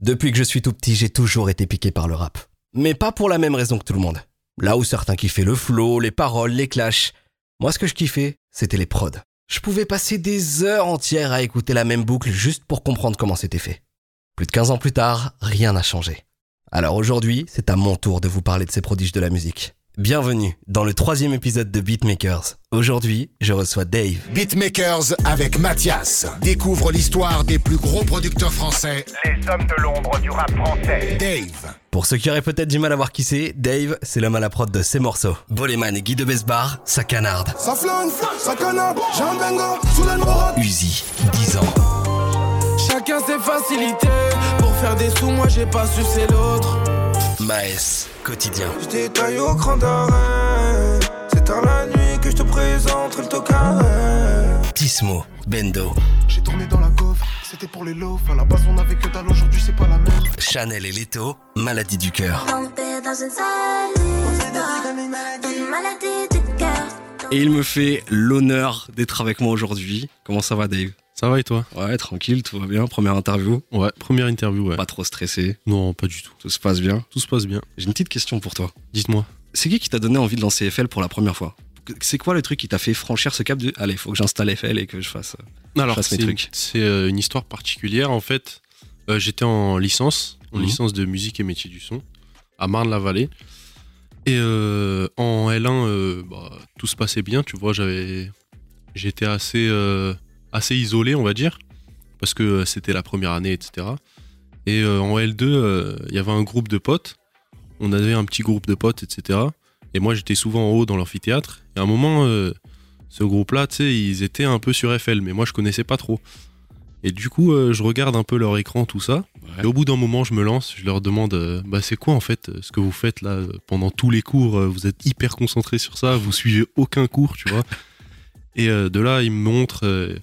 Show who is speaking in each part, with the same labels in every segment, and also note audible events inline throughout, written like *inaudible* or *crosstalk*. Speaker 1: Depuis que je suis tout petit, j'ai toujours été piqué par le rap. Mais pas pour la même raison que tout le monde. Là où certains kiffaient le flow, les paroles, les clashs, moi ce que je kiffais, c'était les prods. Je pouvais passer des heures entières à écouter la même boucle juste pour comprendre comment c'était fait. Plus de 15 ans plus tard, rien n'a changé. Alors aujourd'hui, c'est à mon tour de vous parler de ces prodiges de la musique. Bienvenue dans le troisième épisode de Beatmakers. Aujourd'hui, je reçois Dave.
Speaker 2: Beatmakers avec Mathias. Découvre l'histoire des plus gros producteurs français.
Speaker 3: Les hommes de l'ombre du rap français.
Speaker 2: Dave.
Speaker 1: Pour ceux qui auraient peut-être du mal à voir qui c'est, Dave, c'est l'homme à la prod de ces morceaux. Boleman et Guy de Besbar, ça canarde.
Speaker 4: Ça flingue, ça canarde, j'ai un benga, sous le moral.
Speaker 1: Uzi, 10 ans.
Speaker 5: Chacun ses facilités. Pour faire des sous, moi j'ai pas su c'est l'autre.
Speaker 1: Maes, quotidien.
Speaker 5: Je détaille au cran d'arrêt. C'est tard la nuit que je te présente le tocaré.
Speaker 1: Tismo, Bendo,
Speaker 6: J'ai tourné dans la gauve, c'était pour les lofs. À la base, on avait que dalle, aujourd'hui, c'est pas la merde.
Speaker 1: Chanel et Leto, Maladie du cœur.
Speaker 7: Tombé dans une salle Une maladie du cœur
Speaker 1: Et il me fait l'honneur d'être avec moi aujourd'hui. Comment ça va, Dave
Speaker 8: Ça va et toi
Speaker 1: Ouais, tranquille, tout va bien. Première interview,
Speaker 8: Ouais, première interview, ouais.
Speaker 1: pas trop stressé,
Speaker 8: Non, pas du tout.
Speaker 1: tout se passe bien.
Speaker 8: Tout se passe bien.
Speaker 1: J'ai une petite question pour toi.
Speaker 8: Dites-moi.
Speaker 1: C'est qui qui t'a donné envie de lancer FL pour la première fois C'est quoi le truc qui t'a fait franchir ce cap de Allez, faut que j'installe FL et que je fasse.
Speaker 8: Alors,
Speaker 1: Fasse mes
Speaker 8: c'est une,
Speaker 1: trucs.
Speaker 8: c'est, euh, une histoire particulière. En fait, euh, j'étais en licence, en
Speaker 1: Mhm.
Speaker 8: licence de musique et métier du son, à Marne-la-Vallée. Et euh, en L1, euh, bah, tout se passait bien, tu vois. J'avais, j'étais assez, euh, assez isolé, on va dire, parce que euh, c'était la première année, etc. Et euh, en L2, euh, il y avait un groupe de potes. On avait un petit groupe de potes, etc. Et moi, j'étais souvent en haut dans l'amphithéâtre. Et à un moment, euh, ce groupe-là, tu sais, ils étaient un peu sur FL, mais moi, je connaissais pas trop. Et du coup, euh, je regarde un peu leur écran, tout ça. Et au bout d'un moment, je me lance, je leur demande euh, bah, c'est quoi en fait euh, ce que vous faites là euh, pendant tous les cours euh, Vous êtes hyper concentrés sur ça, vous suivez aucun cours, tu vois. Et euh, de là, ils me montrent, euh,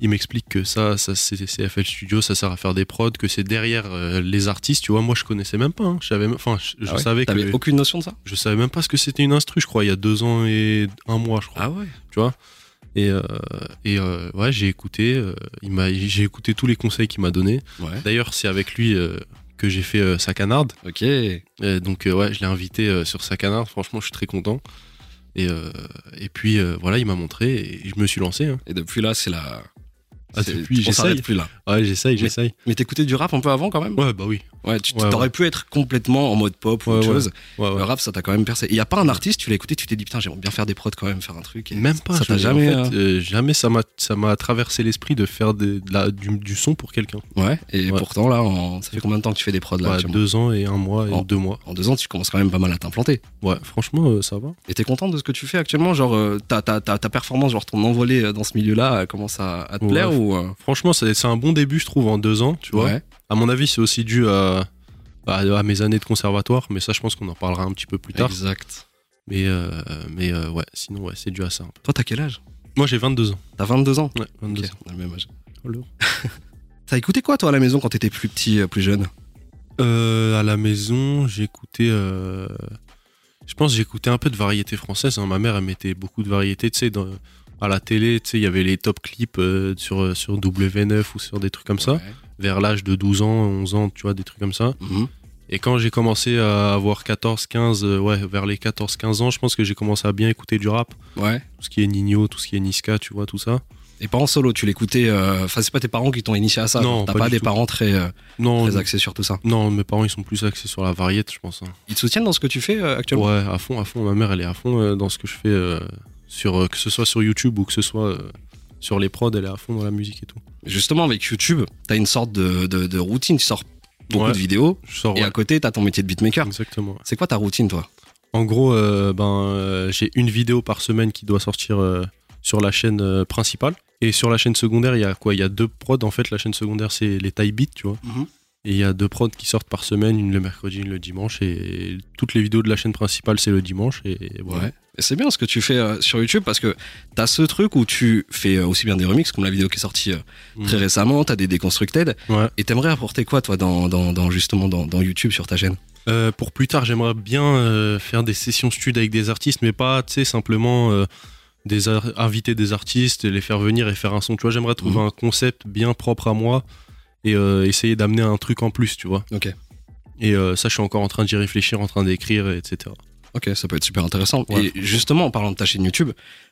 Speaker 8: ils m'expliquent que ça, ça c'est c'est FL Studio, ça sert à faire des prods, que c'est derrière euh, les artistes, tu vois. Moi, je connaissais même pas, hein. je savais, même- enfin, je, je
Speaker 1: Ah ouais
Speaker 8: savais
Speaker 1: T'avais
Speaker 8: que.
Speaker 1: aucune notion de ça
Speaker 8: Je savais même pas ce que c'était une instru, je crois, il y a deux ans et un mois, je crois.
Speaker 1: ouais
Speaker 8: Et, euh, et euh, ouais, j'ai écouté, euh, il m'a- j'ai écouté tous les conseils qu'il m'a donnés.
Speaker 1: Ouais.
Speaker 8: D'ailleurs, c'est avec lui euh, que j'ai fait euh, sa canarde.
Speaker 1: Ok. Et
Speaker 8: Euh, donc euh, ouais, je l'ai invité euh, sur sa canarde. Franchement, je suis très content. Et, euh, et puis euh, voilà, il m'a montré et je me suis lancé. hein.
Speaker 1: depuis là, c'est la.
Speaker 8: Ah,
Speaker 1: c'est-
Speaker 8: depuis,
Speaker 1: on
Speaker 8: j'essaye.
Speaker 1: s'arrête plus là.
Speaker 8: Ouais, j'essaye, j'essaye.
Speaker 1: Mais t'écoutais du rap un peu avant quand même
Speaker 8: Ouais, bah oui.
Speaker 1: Ouais, tu
Speaker 8: Ouais,
Speaker 1: t'aurais
Speaker 8: ouais.
Speaker 1: pu être complètement en mode pop ou
Speaker 8: Ouais,
Speaker 1: autre
Speaker 8: ouais.
Speaker 1: chose.
Speaker 8: Ouais, ouais.
Speaker 1: Le rap, ça t'a quand même percé. Il y a pas un artiste, tu l'as écouté, tu t'es dit putain, j'aimerais bien faire des prods quand même, faire un truc. et
Speaker 8: Même pas.
Speaker 1: Ça
Speaker 8: je
Speaker 1: t'a
Speaker 8: veux dire,
Speaker 1: jamais.
Speaker 8: en fait, euh, jamais ça m'a ça m'a traversé l'esprit de faire des- de la- du, du son pour quelqu'un.
Speaker 1: euh, Ouais. Et
Speaker 8: Ouais.
Speaker 1: pourtant là, en- ça fait combien de temps que tu fais des prods là
Speaker 8: Ouais,
Speaker 1: actuellement
Speaker 8: deux ans et un mois et
Speaker 1: Oh.
Speaker 8: deux mois.
Speaker 1: En deux ans, tu commences quand même pas mal à t'implanter.
Speaker 8: Ouais, franchement, euh, ça va.
Speaker 1: Et t'es content de ce que tu fais actuellement Genre, euh, ta, ta, ta, ta performance, genre ton envolée euh, dans ce milieu-là, euh, commence à, à te
Speaker 8: Ouais.
Speaker 1: plaire ou. euh,
Speaker 8: Franchement, c'est c'est un bon début, je trouve, en deux ans. Tu vois.
Speaker 1: ouais.
Speaker 8: À mon avis, c'est aussi dû à, à, à mes années de conservatoire, mais ça, je pense qu'on en parlera un petit peu plus tard.
Speaker 1: Exact.
Speaker 8: Mais, euh, mais euh, ouais, sinon, ouais, c'est dû à ça. un peu.
Speaker 1: Toi, t'as quel âge
Speaker 8: Moi, j'ai 22 ans.
Speaker 1: T'as 22 ans
Speaker 8: Ouais, 22
Speaker 1: Ok,
Speaker 8: ans.
Speaker 1: on a le même âge.
Speaker 8: Oh, lourd.
Speaker 1: *laughs* T'as écouté quoi, toi, à la maison quand t'étais plus petit, euh, plus jeune
Speaker 8: Euh, à la maison, j'écoutais. euh, je pense que j'écoutais un peu de variété française. hein. Ma mère, elle mettait beaucoup de variété. Tu sais, dans- à la télé, tu sais, il y avait les top clips euh, sur, euh, sur W9 ou sur des trucs comme ça.
Speaker 1: Ouais.
Speaker 8: Vers l'âge de 12 ans, 11 ans, tu vois, des trucs comme ça.
Speaker 1: Mhm.
Speaker 8: Et quand j'ai commencé à avoir 14, 15, euh, ouais, vers les 14, 15 ans, je pense que j'ai commencé à bien écouter du rap.
Speaker 1: Ouais.
Speaker 8: Tout ce qui est Nino, tout ce qui est Niska, tu vois, tout ça.
Speaker 1: Et pas en solo, tu l'écoutais. euh, Enfin, c'est pas tes parents qui t'ont initié à ça.
Speaker 8: Non,
Speaker 1: genre, T'as
Speaker 8: pas
Speaker 1: pas,
Speaker 8: du
Speaker 1: des
Speaker 8: tout.
Speaker 1: parents très, euh,
Speaker 8: Non,
Speaker 1: très axés sur tout ça.
Speaker 8: non, mes parents, ils sont plus axés sur la variété, je pense. hein.
Speaker 1: Ils te soutiennent dans ce que tu fais euh, actuellement
Speaker 8: Ouais, à fond, à fond. Ma mère, elle est à fond euh, dans ce que je fais, euh, sur, euh, que ce soit sur YouTube ou que ce soit euh, sur les prods, elle est à fond dans la musique et tout.
Speaker 1: Justement, avec YouTube, t'as une sorte de, de- de routine. Tu sors beaucoup
Speaker 8: Ouais.
Speaker 1: de vidéos
Speaker 8: Je sors,
Speaker 1: et
Speaker 8: ouais,
Speaker 1: à côté, t'as ton métier de beatmaker.
Speaker 8: exactement.
Speaker 1: C'est quoi ta routine, toi
Speaker 8: En gros, euh, ben, euh, j'ai une vidéo par semaine qui doit sortir euh, sur la chaîne euh, principale. Et sur la chaîne secondaire, il y a quoi Il y a deux prods. En fait, la chaîne secondaire, c'est les tie beats, tu vois.
Speaker 1: Mhm.
Speaker 8: Et il y a deux prods qui sortent par semaine, une le mercredi, une le dimanche. Et toutes les vidéos de la chaîne principale, c'est le dimanche. Et, et voilà.
Speaker 1: Ouais. Et C'est bien ce que tu fais euh, sur YouTube parce que t'as ce truc où tu fais euh, aussi bien des remixes comme la vidéo qui est sortie euh,
Speaker 8: Mhm.
Speaker 1: très récemment, t'as des déconstructed.
Speaker 8: Ouais.
Speaker 1: Et t'aimerais apporter quoi, toi, dans, dans- dans- justement dans, dans YouTube sur ta chaîne
Speaker 8: Euh, pour plus tard, j'aimerais bien euh, faire des sessions stud avec des artistes, mais pas, tu sais, simplement euh, des ar- inviter des artistes, les faire venir et faire un son. Tu vois, j'aimerais trouver un concept bien propre à moi et euh, essayer d'amener un truc en plus, tu vois.
Speaker 9: Ok.
Speaker 8: Et euh, ça, je suis encore en train d'y réfléchir, en train d'écrire, etc.
Speaker 9: Ok, ça peut être super intéressant.
Speaker 8: Ouais.
Speaker 9: Et justement, en parlant de ta chaîne YouTube,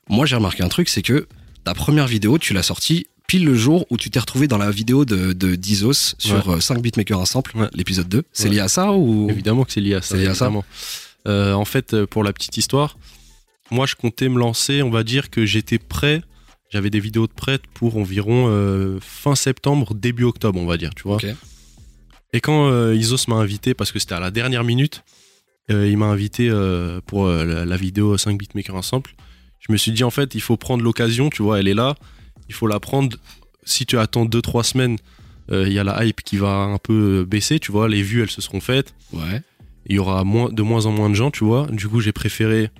Speaker 9: moi j'ai remarqué un truc, c'est que ta première vidéo, tu l'as sortie pile le jour où tu t'es retrouvé dans la vidéo de, de Dizos sur euh, 5 beatmakers ensemble,
Speaker 8: Ouais.
Speaker 9: l'épisode 2. C'est
Speaker 8: Ouais.
Speaker 9: lié à ça ou
Speaker 8: Évidemment que c'est lié à ça.
Speaker 9: C'est lié à ça.
Speaker 8: évidemment. Euh, en fait, euh, pour la petite histoire, moi, je comptais me lancer. On va dire que j'étais prêt. J'avais des vidéos de prêtes pour environ euh, fin septembre, début octobre, on va dire, tu vois.
Speaker 9: Ok.
Speaker 8: Et quand euh, Isos m'a invité, parce que c'était à la dernière minute, euh, il m'a invité euh, pour euh, la, la vidéo 5 beatmakers ensemble. Je me suis dit, en fait, il faut prendre l'occasion, tu vois, elle est là, il faut la prendre. Si tu attends 2-3 semaines, euh, il y a la hype qui va un peu baisser, tu vois, les vues, elles se seront faites
Speaker 9: Ouais.
Speaker 8: il y aura moins, de moins en moins de gens, tu vois. Du coup, j'ai préféré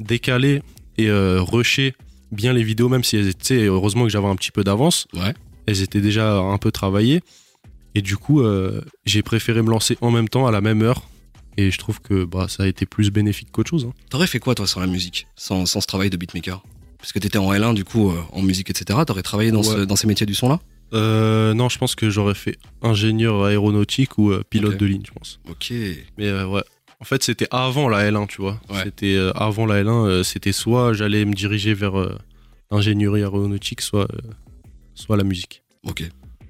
Speaker 8: décaler et euh, rusher bien les vidéos, même si elles étaient, heureusement que j'avais un petit peu d'avance.
Speaker 9: Ouais.
Speaker 8: Elles étaient déjà un peu travaillées. Et du coup, euh, j'ai préféré me lancer en même temps, à la même heure. Et je trouve que bah, ça a été plus bénéfique qu'autre chose. hein.
Speaker 9: T'aurais fait quoi toi sans la musique, sans, sans ce travail de beatmaker Parce que t'étais en L1 du coup, euh, en musique, etc. T'aurais travaillé dans, ce-
Speaker 8: Ouais.
Speaker 9: dans ces métiers du son là
Speaker 8: Euh, non, je pense que j'aurais fait ingénieur aéronautique ou euh, pilote
Speaker 9: Ok.
Speaker 8: de ligne, je pense.
Speaker 9: Ok.
Speaker 8: Mais euh, ouais. En fait, c'était avant la L1, tu vois.
Speaker 9: Ouais.
Speaker 8: C'était euh, avant la L1, euh, c'était soit j'allais me diriger vers euh, l'ingénierie aéronautique, soit, euh, soit la musique.
Speaker 9: Ok.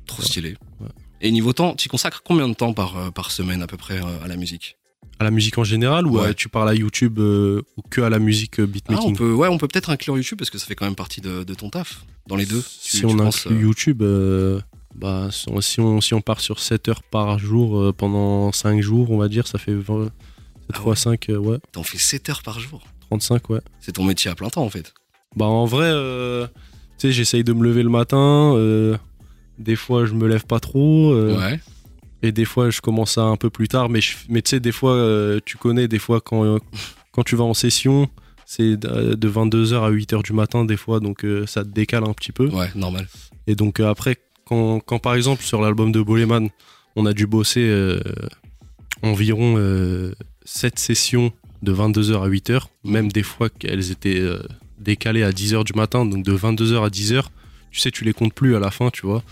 Speaker 9: Trop
Speaker 8: Ouais.
Speaker 9: stylé.
Speaker 8: Ouais.
Speaker 9: Et niveau temps, tu consacres combien de temps par, euh, par semaine à peu près euh, à la musique
Speaker 8: À la musique en général ou
Speaker 9: Ouais.
Speaker 8: euh, tu parles à YouTube euh, ou que à la musique euh,
Speaker 9: ah, on
Speaker 8: beatmaking
Speaker 9: peut, Ouais, on peut peut-être inclure YouTube parce que ça fait quand même partie de, de ton taf. Dans les deux.
Speaker 8: Si
Speaker 9: tu-
Speaker 8: on
Speaker 9: tu
Speaker 8: inclut
Speaker 9: penses, euh,
Speaker 8: YouTube, euh, bah, si, on, si, on, si on part sur 7 heures par jour euh, pendant 5 jours, on va dire, ça fait 20, 7
Speaker 9: Ah
Speaker 8: fois
Speaker 9: ouais.
Speaker 8: 5, euh, ouais,
Speaker 9: T'en fais 7 heures par jour.
Speaker 8: 35, ouais.
Speaker 9: C'est ton métier à plein temps en fait.
Speaker 8: Bah en vrai, euh, tu sais, j'essaye de me lever le matin. euh, des fois, je me lève pas trop. euh,
Speaker 9: ouais.
Speaker 8: Et des fois, je commence à un peu plus tard. Mais, je- mais tu sais, des fois, euh, tu connais, des fois, quand, euh, quand tu vas en session, c'est de de 22h à 8h du matin, des fois. Donc euh, ça te décale un petit peu.
Speaker 9: Ouais, normal.
Speaker 8: Et donc euh, après, quand, quand, par exemple, sur l'album de Boleman, on a dû bosser euh, environ 7 sessions de 22h à 8h, même des fois qu'elles étaient euh, décalées à 10h du matin, donc de 22h à 10h, tu sais, tu les comptes plus à la fin, tu vois.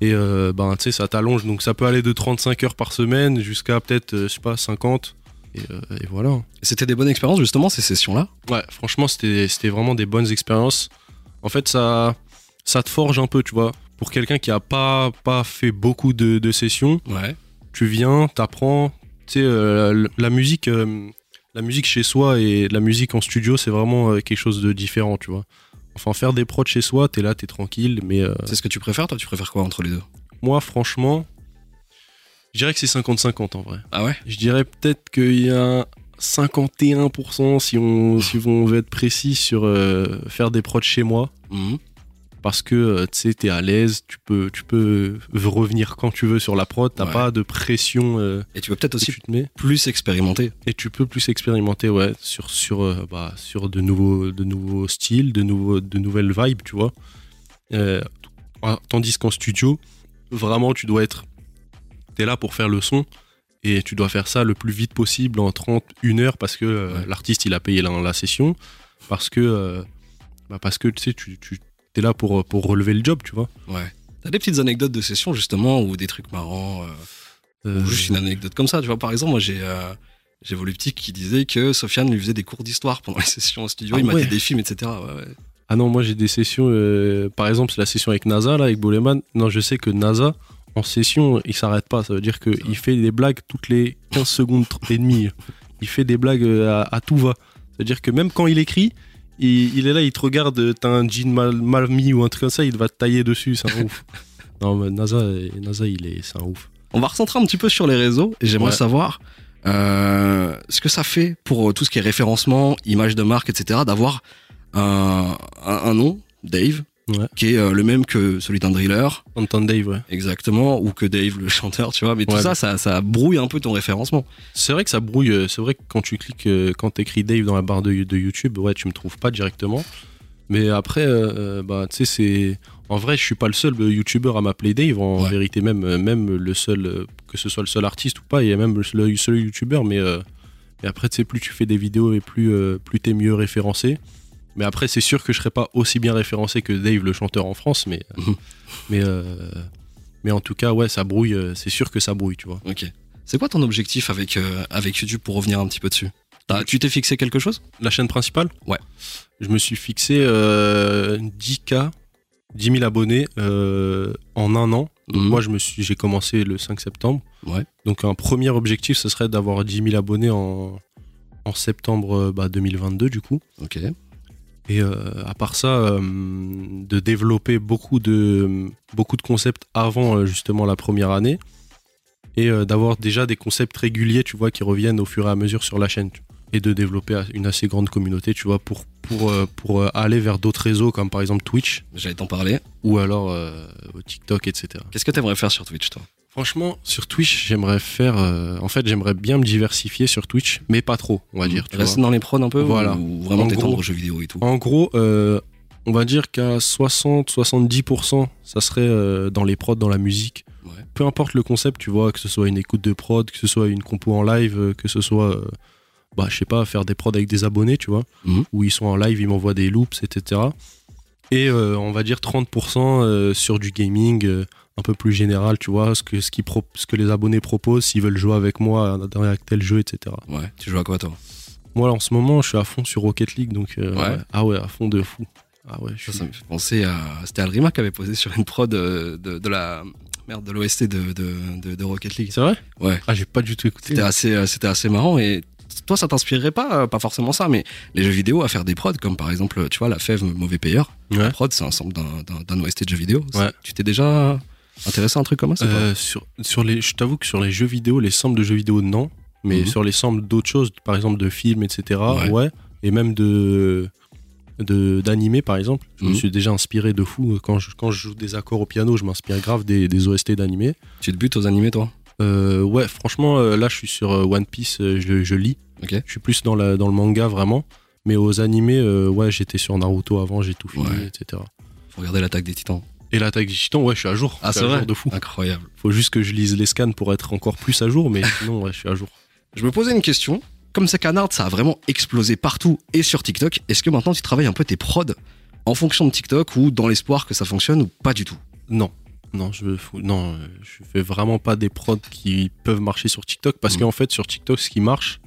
Speaker 8: Et euh, ben, tu sais, ça t'allonge, donc ça peut aller de 35 heures par semaine jusqu'à peut-être, euh, je sais pas, 50. Et, euh, et voilà.
Speaker 9: C'était des bonnes expériences justement ces sessions là.
Speaker 8: Ouais, franchement, c'était c'était vraiment des bonnes expériences. En fait, ça, ça te forge un peu, tu vois. Pour quelqu'un qui a pas, pas fait beaucoup de, de sessions,
Speaker 9: Ouais.
Speaker 8: tu viens, t'apprends. Tu sais, euh, la, la musique, euh, la musique chez soi et la musique en studio, c'est vraiment euh, quelque chose de différent, tu vois. Enfin, faire des prods chez soi, t'es là, t'es tranquille. Mais euh,
Speaker 9: C'est ce que tu préfères toi Tu préfères quoi entre les deux
Speaker 8: moi, franchement, je dirais que c'est 50-50 en vrai.
Speaker 9: Ah ouais
Speaker 8: Je dirais peut-être qu'il y a 51% si on, si on veut être précis sur euh, faire des prods chez moi.
Speaker 9: Mhm.
Speaker 8: Parce que euh, tu sais, t'es à l'aise, tu peux, tu peux revenir quand tu veux sur la prod, t'as
Speaker 9: Ouais.
Speaker 8: pas de pression euh,
Speaker 9: Et tu veux peut-être
Speaker 8: que
Speaker 9: aussi
Speaker 8: tu te mets.
Speaker 9: plus expérimenter.
Speaker 8: Et tu peux plus expérimenter ouais, sur, sur, euh, bah, sur de, nouveaux, de nouveaux styles, de, nouveaux, de nouvelles vibes, tu vois. Euh, ah, tandis qu'en studio, vraiment, tu dois être. T'es là pour faire le son et tu dois faire ça le plus vite possible en 30, 1 heure parce que euh,
Speaker 9: Ouais.
Speaker 8: l'artiste, il a payé la, la session. Parce que, euh, bah, parce que tu sais, tu, tu es là pour, pour relever le job, tu vois.
Speaker 9: Ouais. T'as des petites anecdotes de sessions justement ou des trucs marrants euh,
Speaker 8: Euh,
Speaker 9: ou juste une anecdote comme ça. Tu vois par exemple moi j'ai euh, j'ai Voluptique qui disait que Sofiane lui faisait des cours d'histoire pendant les *laughs* sessions au studio,
Speaker 8: Ah
Speaker 9: il matait
Speaker 8: ouais.
Speaker 9: des films, etc. Ouais, ouais.
Speaker 8: Ah non, moi j'ai des sessions, euh, par exemple c'est la session avec NASA, là, avec Boleman. Non, je sais que NASA, en session, il s'arrête pas. Ça veut dire
Speaker 9: C'est vrai.
Speaker 8: qu'il fait des blagues toutes les 15 secondes et demie. Il fait des blagues euh, à, à tout va. Ça veut dire que même quand il écrit, il, il est là, il te regarde, euh, t'as un jean mal, mal mis ou un truc comme ça, il va te tailler dessus, c'est un
Speaker 9: *laughs*
Speaker 8: ouf. Non, mais NASA, euh, NASA il est, c'est un ouf.
Speaker 9: On va recentrer un petit peu sur les réseaux et j'aimerais
Speaker 8: Ouais.
Speaker 9: savoir euh, ce que ça fait pour euh, tout ce qui est référencement, image de marque, etc. d'avoir un, un- un nom, Dave,
Speaker 8: Ouais.
Speaker 9: qui est euh, le même que celui d'un driller,
Speaker 8: Anton Dave, ouais.
Speaker 9: exactement, ou que Dave le *laughs* chanteur, tu vois. Mais tout
Speaker 8: Ouais.
Speaker 9: ça, ça, ça brouille un peu ton référencement.
Speaker 8: C'est vrai que ça brouille. euh, C'est vrai que quand tu cliques, euh, quand t'écris Dave dans la barre de, de YouTube, ouais, tu me trouves pas directement. Mais après, euh, euh, bah, tu sais, c'est. En vrai, je suis pas le seul euh, YouTuber à m'appeler Dave. En
Speaker 9: Ouais.
Speaker 8: vérité, même, euh, même le seul, euh, que ce soit le seul artiste ou pas, il y a même le seul, le seul YouTuber. Mais, euh, mais après, tu sais, plus tu fais des vidéos et plus, euh, plus t'es mieux référencé. Mais après, c'est sûr que je serais pas aussi bien référencé que Dave, le chanteur en France. Mais,
Speaker 9: Mhm.
Speaker 8: mais, euh, Mais en tout cas, ouais, ça brouille, euh, c'est sûr que ça brouille, tu vois.
Speaker 9: Ok. C'est quoi ton objectif avec, euh, avec YouTube pour revenir un petit peu dessus T'as- Tu t'es fixé quelque chose
Speaker 8: La chaîne principale
Speaker 9: Ouais.
Speaker 8: Je me suis fixé euh, 10K, 10 000 abonnés euh, en un an. Donc
Speaker 9: Mhm.
Speaker 8: Moi, je me suis, j'ai commencé le 5 septembre.
Speaker 9: Ouais.
Speaker 8: Donc, un premier objectif, ce serait d'avoir 10 000 abonnés en, en septembre euh, bah, 2022, du coup.
Speaker 9: Ok.
Speaker 8: Et euh, à part ça, euh, de développer beaucoup de, beaucoup de concepts avant euh, justement la première année et euh, d'avoir déjà des concepts réguliers, tu vois, qui reviennent au fur et à mesure sur la chaîne tu vois. et de développer a- une assez grande communauté, tu vois, pour, pour, euh, pour euh, aller vers d'autres réseaux comme par exemple Twitch
Speaker 9: J'allais t'en parler.
Speaker 8: ou alors euh, TikTok, etc.
Speaker 9: Qu'est-ce que t'aimerais faire sur Twitch, toi
Speaker 8: Franchement, sur Twitch, j'aimerais faire. euh, en fait, j'aimerais bien me diversifier sur Twitch, mais pas trop, on va
Speaker 9: Mmh.
Speaker 8: dire. tu vois.
Speaker 9: Rester dans les prods un peu
Speaker 8: Voilà.
Speaker 9: Ou vraiment
Speaker 8: En
Speaker 9: t'étendre
Speaker 8: gros-
Speaker 9: aux jeux vidéo et tout
Speaker 8: En gros, euh, on va dire qu'à 60-70%, ça serait euh, dans les prods, dans la musique.
Speaker 9: Ouais.
Speaker 8: Peu importe le concept, tu vois, que ce soit une écoute de prod, que ce soit une compo en live, euh, que ce soit, euh, bah, je sais pas, faire des prods avec des abonnés, tu vois,
Speaker 9: Mhm.
Speaker 8: où ils sont en live, ils m'envoient des loops, etc. Et euh, on va dire 30% euh, sur du gaming. euh, un peu plus général, tu vois, ce que, ce, qui pro- ce que les abonnés proposent, s'ils veulent jouer avec moi dans tel jeu, etc.
Speaker 9: Ouais. Tu joues à quoi, toi
Speaker 8: Moi, là, en ce moment, je suis à fond sur Rocket League, donc. euh,
Speaker 9: Ouais.
Speaker 8: Ah ouais, à fond de fou. Ah ouais, je
Speaker 9: Ça,
Speaker 8: suis.
Speaker 9: ça
Speaker 8: *laughs*
Speaker 9: me fait penser à. C'était Alrima qui avait posé sur une prod euh, de, de la. Merde, de l'OST de, de, de- de Rocket League.
Speaker 8: C'est vrai
Speaker 9: Ouais.
Speaker 8: Ah, j'ai pas du tout écouté.
Speaker 9: C'était assez, euh, c'était assez marrant et. Toi, ça t'inspirerait pas, euh, pas forcément ça, mais les jeux vidéo à faire des prods, comme par exemple, tu vois, la fève mauvais payeur. La
Speaker 8: Ouais.
Speaker 9: prod, c'est un sample d'un- d'un d'un OST de jeux vidéo.
Speaker 8: Ouais.
Speaker 9: Tu t'es déjà intéressé à un truc comme ça c'est
Speaker 8: Euh, sur, sur les, je t'avoue que sur les jeux vidéo, les samples de jeux vidéo, non. Mais
Speaker 9: Mhm.
Speaker 8: sur les samples d'autres choses, par exemple de films, etc.
Speaker 9: Ouais.
Speaker 8: Ouais. Et même de de- d'animés par exemple je me
Speaker 9: Mhm.
Speaker 8: suis déjà inspiré de fou quand je, quand je joue des accords au piano je m'inspire grave des, des OST d'animés
Speaker 9: pas Tu te butes aux animés, toi
Speaker 8: Euh, ouais franchement euh, là je suis sur euh, One Piece euh, je, je lis
Speaker 9: Ok.
Speaker 8: je suis plus dans, la, dans le manga vraiment mais aux animés euh, ouais j'étais sur Naruto avant j'ai tout fini
Speaker 9: Ouais.
Speaker 8: etc
Speaker 9: Faut regarder l'attaque des titans.
Speaker 8: et l'attaque des titans ouais je suis à
Speaker 9: Ah,
Speaker 8: jour Je suis à jour de fou
Speaker 9: Incroyable.
Speaker 8: Faut juste que je lise les scans pour être encore plus à jour,
Speaker 9: *laughs*
Speaker 8: mais sinon, ouais, je suis à jour.
Speaker 9: Je me posais une question. Comme ça, Canard, ça a vraiment explosé partout et sur TikTok, est-ce que maintenant tu travailles un peu tes prods en fonction de TikTok ou dans l'espoir que ça fonctionne ou pas du tout
Speaker 8: Non, non, je fous- non, euh, je fais vraiment pas des prods qui peuvent marcher sur TikTok parce
Speaker 9: Mhm.
Speaker 8: qu'en fait, sur TikTok, ce qui marche,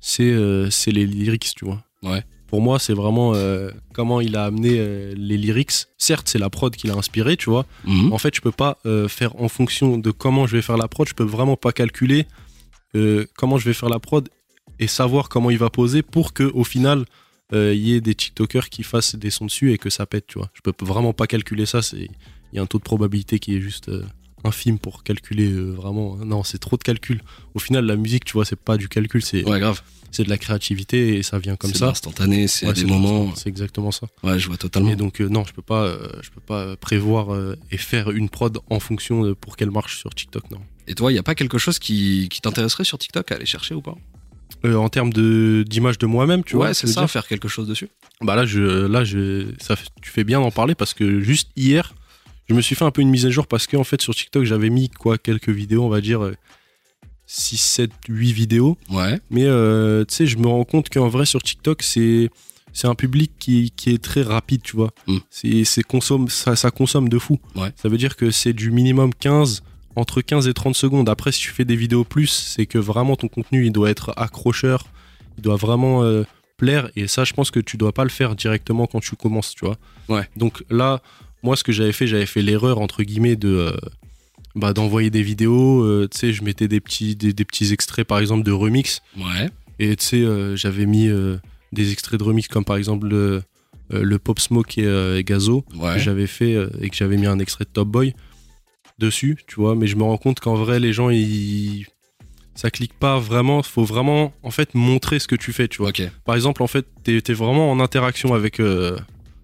Speaker 8: c'est euh, c'est les lyrics, tu vois.
Speaker 9: Ouais.
Speaker 8: Pour moi, c'est vraiment euh, comment il a amené euh, les lyrics. Certes, c'est la prod qui l'a inspiré, tu vois.
Speaker 9: Mhm.
Speaker 8: En fait, je peux pas euh, faire en fonction de comment je vais faire la prod. Je peux vraiment pas calculer euh, comment je vais faire la prod et savoir comment il va poser pour que au final euh, il y ait des TikTokers qui fassent des sons dessus et que ça pète. Tu vois, je peux vraiment pas calculer ça. C'est il y a un taux de probabilité qui est juste euh, infime pour calculer euh, vraiment. Non, c'est trop de calcul. Au final, la musique, tu vois, c'est pas du calcul, c'est
Speaker 9: Ouais, grave.
Speaker 8: c'est de la créativité et ça vient comme
Speaker 9: C'est
Speaker 8: ça.
Speaker 9: instantané, c'est
Speaker 8: Ouais,
Speaker 9: à des
Speaker 8: c'est-
Speaker 9: moments.
Speaker 8: C'est exactement ça.
Speaker 9: Ouais, je vois totalement.
Speaker 8: Et donc euh, non, je peux pas, euh, je peux pas euh, prévoir euh, et faire une prod en fonction de pour qu'elle marche sur TikTok. Non.
Speaker 9: Et toi, il n'y a pas quelque chose qui, qui t'intéresserait sur TikTok à aller chercher ou pas
Speaker 8: Euh, en termes de d'image de moi-même, tu vois.
Speaker 9: Ouais, c'est
Speaker 8: je veux
Speaker 9: ça,
Speaker 8: dire.
Speaker 9: faire quelque chose dessus.
Speaker 8: Bah là, je, là, je, ça, fait- tu fais bien d'en parler parce que juste hier, je me suis fait un peu une mise à jour parce qu'en fait sur TikTok, j'avais mis quoi quelques vidéos, on va dire. euh, 6, 7, 8 vidéos.
Speaker 9: Ouais,
Speaker 8: Mais euh, tu sais, je me rends compte qu'en vrai, sur TikTok, c'est. C'est un public qui, qui est très rapide, tu vois.
Speaker 9: Mm.
Speaker 8: C'est, c'est consomme, ça, ça consomme de fou.
Speaker 9: Ouais.
Speaker 8: Ça veut dire que c'est du minimum 15, entre 15 et 30 secondes. Après, si tu fais des vidéos plus, c'est que vraiment ton contenu, il doit être accrocheur. Il doit vraiment euh, plaire. Et ça, je pense que tu dois pas le faire directement quand tu commences, tu vois.
Speaker 9: Ouais.
Speaker 8: Donc là, moi, ce que j'avais fait, j'avais fait l'erreur, entre guillemets, de. euh, bah, d'envoyer des vidéos, euh, tu sais, je mettais des petits, des, des petits extraits par exemple de remix,
Speaker 9: ouais.
Speaker 8: et tu sais, euh, j'avais mis euh, des extraits de remix comme par exemple le, euh, le Pop Smoke et, euh, et Gazo
Speaker 9: Ouais.
Speaker 8: que j'avais fait euh, et que j'avais mis un extrait de Top Boy dessus, tu vois. Mais je me rends compte qu'en vrai, les gens, ils... ça clique pas vraiment. Faut vraiment, en fait, montrer ce que tu fais, tu vois.
Speaker 9: Ok.
Speaker 8: Par exemple, en fait, t'es t'es vraiment en interaction avec, euh,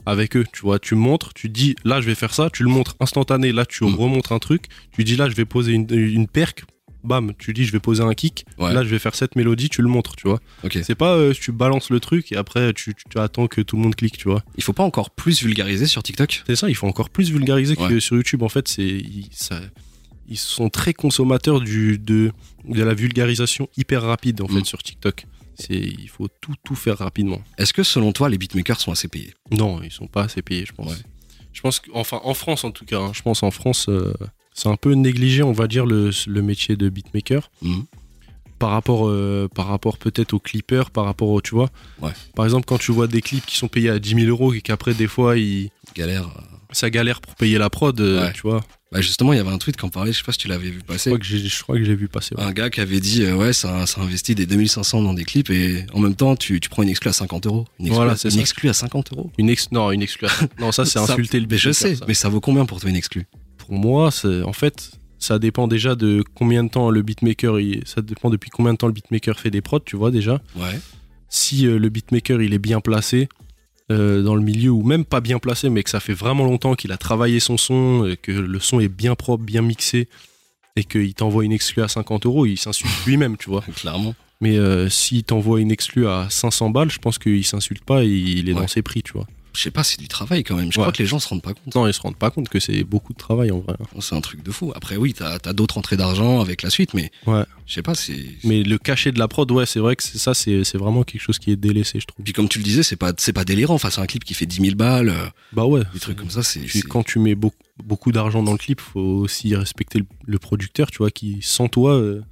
Speaker 8: avec eux, tu vois. Tu montres, tu dis là, je vais faire ça, tu le montres instantané. Là, tu
Speaker 9: Mm.
Speaker 8: remontres un truc, tu dis là, je vais poser une, une perque. Bam, tu dis je vais poser un kick,
Speaker 9: Ouais.
Speaker 8: là je vais faire cette mélodie, tu le montres, tu vois.
Speaker 9: Ok.
Speaker 8: C'est pas euh, tu balances le truc et après tu, tu- tu attends que tout le monde clique, tu vois.
Speaker 9: Il faut pas encore plus vulgariser sur TikTok
Speaker 8: C'est ça, il faut encore plus vulgariser que
Speaker 9: Ouais.
Speaker 8: sur YouTube. En fait, c'est ils, ça- ils sont très consommateurs du, de, de la vulgarisation hyper rapide en
Speaker 9: Mm.
Speaker 8: fait sur TikTok. C'est il faut tout tout faire rapidement.
Speaker 9: Est-ce que selon toi, les beatmakers sont assez payés
Speaker 8: Non, ils sont pas assez payés, je pense.
Speaker 9: Ouais.
Speaker 8: Je pense que, enfin en France en tout cas, hein, je pense en France euh, c'est un peu négligé, on va dire, le, le métier de beatmaker.
Speaker 9: Mhm.
Speaker 8: Par rapport, euh, par rapport peut-être aux clippers, par rapport au. Tu vois
Speaker 9: Ouais.
Speaker 8: Par exemple, quand tu vois des clips qui sont payés à 10 000 euros et qu'après, des fois, ils,
Speaker 9: Galère.
Speaker 8: ça galère pour payer la prod, euh,
Speaker 9: Ouais.
Speaker 8: tu vois.
Speaker 9: Bah justement, il y avait un tweet qui en parlait, je sais pas si tu l'avais vu
Speaker 8: Je
Speaker 9: passer.
Speaker 8: crois que j'ai- je crois que j'ai vu passer. ouais.
Speaker 9: Un gars qui avait dit, euh, ouais, ça, ça investit des 2500 dans des clips et en même temps, tu, tu prends une exclue à 50 euros. Une exclue,
Speaker 8: Voilà, c'est
Speaker 9: une
Speaker 8: ça.
Speaker 9: exclue à 50 euros.
Speaker 8: Une ex... Non, une exclu. non, ça, c'est
Speaker 9: *laughs* Ça-
Speaker 8: insulter le
Speaker 9: Mais je
Speaker 8: beatmaker,
Speaker 9: sais,
Speaker 8: ça.
Speaker 9: mais ça vaut combien pour toi une exclue
Speaker 8: pour moi, c'est- en fait, ça dépend déjà de combien de temps le beatmaker, il- ça dépend depuis combien de temps le beatmaker fait des prods, tu vois déjà.
Speaker 9: Ouais.
Speaker 8: Si euh, le beatmaker il est bien placé euh, dans le milieu ou même pas bien placé, mais que ça fait vraiment longtemps qu'il a travaillé son son, euh, que le son est bien propre, bien mixé, et qu'il t'envoie une exclue à 50 euros, il s'insulte lui-même, tu vois.
Speaker 9: Clairement.
Speaker 8: Mais euh, s'il t'envoie une exclue à 500 balles, je pense qu'il s'insulte pas, il, il est
Speaker 9: Ouais.
Speaker 8: dans ses prix, tu vois.
Speaker 9: Je sais pas, c'est du travail quand même. Je
Speaker 8: Ouais.
Speaker 9: crois que les gens se rendent pas compte.
Speaker 8: Non, ils se rendent pas compte que c'est beaucoup de travail en vrai. hein.
Speaker 9: C'est un truc de fou. Après, oui, t'as as, d'autres entrées d'argent avec la suite, mais
Speaker 8: Ouais.
Speaker 9: je sais pas, c'est.
Speaker 8: Mais le cachet de la prod, ouais, c'est vrai que c'est ça, c'est c'est vraiment quelque chose qui est délaissé, je trouve.
Speaker 9: Puis comme tu le disais, c'est pas, c'est pas délirant. Enfin, c'est un clip qui fait 10 000 balles, euh,
Speaker 8: Bah ouais.
Speaker 9: des trucs comme ça. C'est,
Speaker 8: Puis
Speaker 9: c'est-
Speaker 8: quand tu mets beaucoup, beaucoup d'argent dans le clip, faut aussi respecter le, le producteur, tu vois, qui sans toi, euh,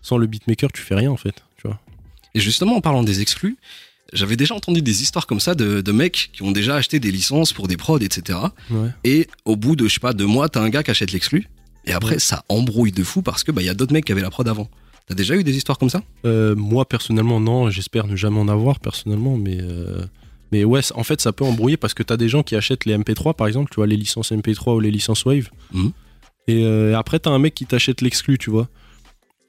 Speaker 8: sans le beatmaker, tu fais rien en fait, tu vois.
Speaker 9: Et justement, en parlant des exclus, j'avais déjà entendu des histoires comme ça de, de mecs qui ont déjà acheté des licences pour des prods, etc.
Speaker 8: Ouais.
Speaker 9: Et au bout de, je sais pas, deux mois, t'as un gars qui achète l'exclu. Et après, ça embrouille de fou parce que bah, y a d'autres mecs qui avaient la prod avant. T'as déjà eu des histoires comme ça
Speaker 8: Euh, moi personnellement, non, j'espère ne jamais en avoir personnellement, mais euh, mais ouais, c- en fait, ça peut embrouiller parce que t'as des gens qui achètent les MP3 par exemple, tu vois, les licences MP3 ou les licences Wave,
Speaker 9: Mhm.
Speaker 8: et euh, après t'as un mec qui t'achète l'exclu, tu vois.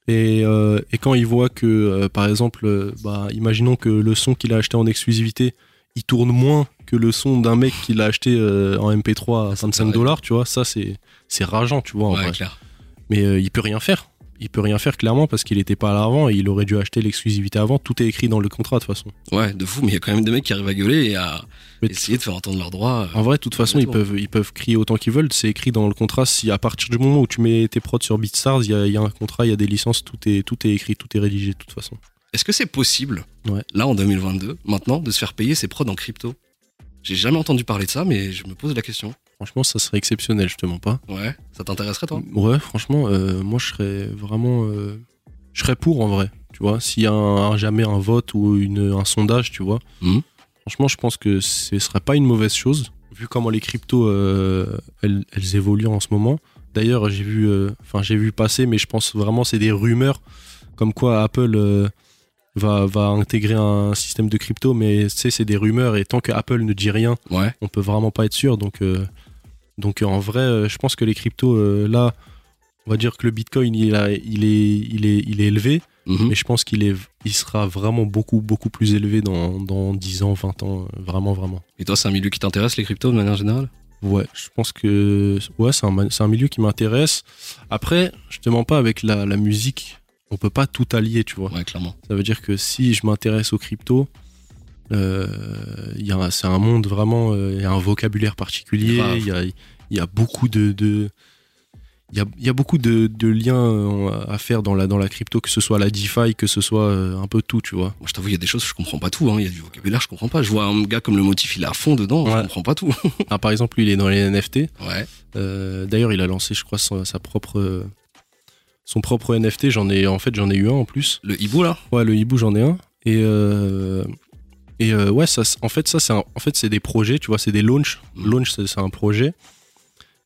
Speaker 8: Et, euh, et quand il voit que, euh, par exemple, euh, bah, imaginons que le son qu'il a acheté en exclusivité, il tourne moins que le son d'un mec qui l'a acheté euh, en MP3 à
Speaker 9: Ça, ça
Speaker 8: 25
Speaker 9: t'arrive.
Speaker 8: dollars, tu vois, ça c'est c'est rageant, tu vois. en vrai
Speaker 9: clair.
Speaker 8: mais euh, il peut rien faire. Il peut rien faire clairement parce qu'il n'était pas là avant et il aurait dû acheter l'exclusivité avant. Tout est écrit dans le contrat de toute façon.
Speaker 9: Ouais, de fou, mais il y a quand même des mecs qui arrivent à gueuler et à
Speaker 8: Mais
Speaker 9: essayer de faire entendre leurs droits. euh.
Speaker 8: En vrai, de toute façon, ils peuvent, ils peuvent crier autant qu'ils veulent. C'est écrit dans le contrat. Si à partir du moment où tu mets tes prods sur BeatStars, il y a, il y a un contrat, il y a des licences, tout est, tout est écrit, tout est rédigé de toute façon.
Speaker 9: Est-ce que c'est possible,
Speaker 8: Ouais.
Speaker 9: là en 2022, maintenant, de se faire payer ses prods en crypto J'ai jamais entendu parler de ça, mais je me pose la question.
Speaker 8: Franchement, ça serait exceptionnel, je te mens pas.
Speaker 9: Ouais, ça t'intéresserait toi
Speaker 8: Ouais, franchement, euh, moi je serais vraiment. euh, je serais pour en vrai. Tu vois, s'il y a un- un- jamais un vote ou une, un sondage, tu vois.
Speaker 9: Mhm.
Speaker 8: Franchement, je pense que ce serait pas une mauvaise chose, vu comment les cryptos euh, elles, elles évoluent en ce moment. D'ailleurs, j'ai vu, euh, enfin j'ai vu passer, mais je pense vraiment c'est des rumeurs, comme quoi Apple euh, va, va intégrer un système de crypto, mais tu sais, c'est des rumeurs et tant que Apple ne dit rien,
Speaker 9: Ouais.
Speaker 8: on peut vraiment pas être sûr. Donc, euh, donc euh, en vrai, euh, je pense que les cryptos, euh, là, on va dire que le Bitcoin, il, a- il, est, il, est, il est élevé,
Speaker 9: Mhm.
Speaker 8: mais je pense qu'il est, il sera vraiment beaucoup, beaucoup plus élevé dans, dans 10 ans, 20 ans, euh, vraiment, vraiment.
Speaker 9: Et toi, c'est un milieu qui t'intéresse, les cryptos, de manière générale
Speaker 8: Ouais, je pense que ouais, c'est un, ma- c'est un milieu qui m'intéresse. Après, je te mens pas, avec la, la musique, on peut pas tout allier, tu vois.
Speaker 9: Ouais, clairement.
Speaker 8: Ça veut dire que si je m'intéresse aux cryptos, euh, il y a un- c'est un monde vraiment, euh, il y a un vocabulaire particulier,
Speaker 9: Grave.
Speaker 8: il y a, il y a beaucoup de... de- il y, a, il y a beaucoup de, de liens euh, à faire dans la, dans la crypto, que ce soit la DeFi, que ce soit euh, un peu tout, tu vois.
Speaker 9: Moi, je t'avoue, il y a des choses, je comprends pas tout. hein. Il y a du vocabulaire, je comprends pas. Je vois un gars comme le motif, il est à fond dedans, je
Speaker 8: Ouais.
Speaker 9: comprends pas tout. *laughs*
Speaker 8: Ah, par exemple, lui, il est dans les NFT.
Speaker 9: Ouais.
Speaker 8: Euh, D'ailleurs, il a lancé, je crois, son- sa propre, euh, son propre NFT. J'en ai, en fait, j'en ai eu un en plus.
Speaker 9: Le hibou, là
Speaker 8: Ouais, le hibou, j'en ai un. Et, euh, et euh, ouais, ça, c'est- en fait, ça, c'est un- en fait, c'est des projets, tu vois, c'est des launchs.
Speaker 9: Mm.
Speaker 8: Launch, c'est c'est un projet.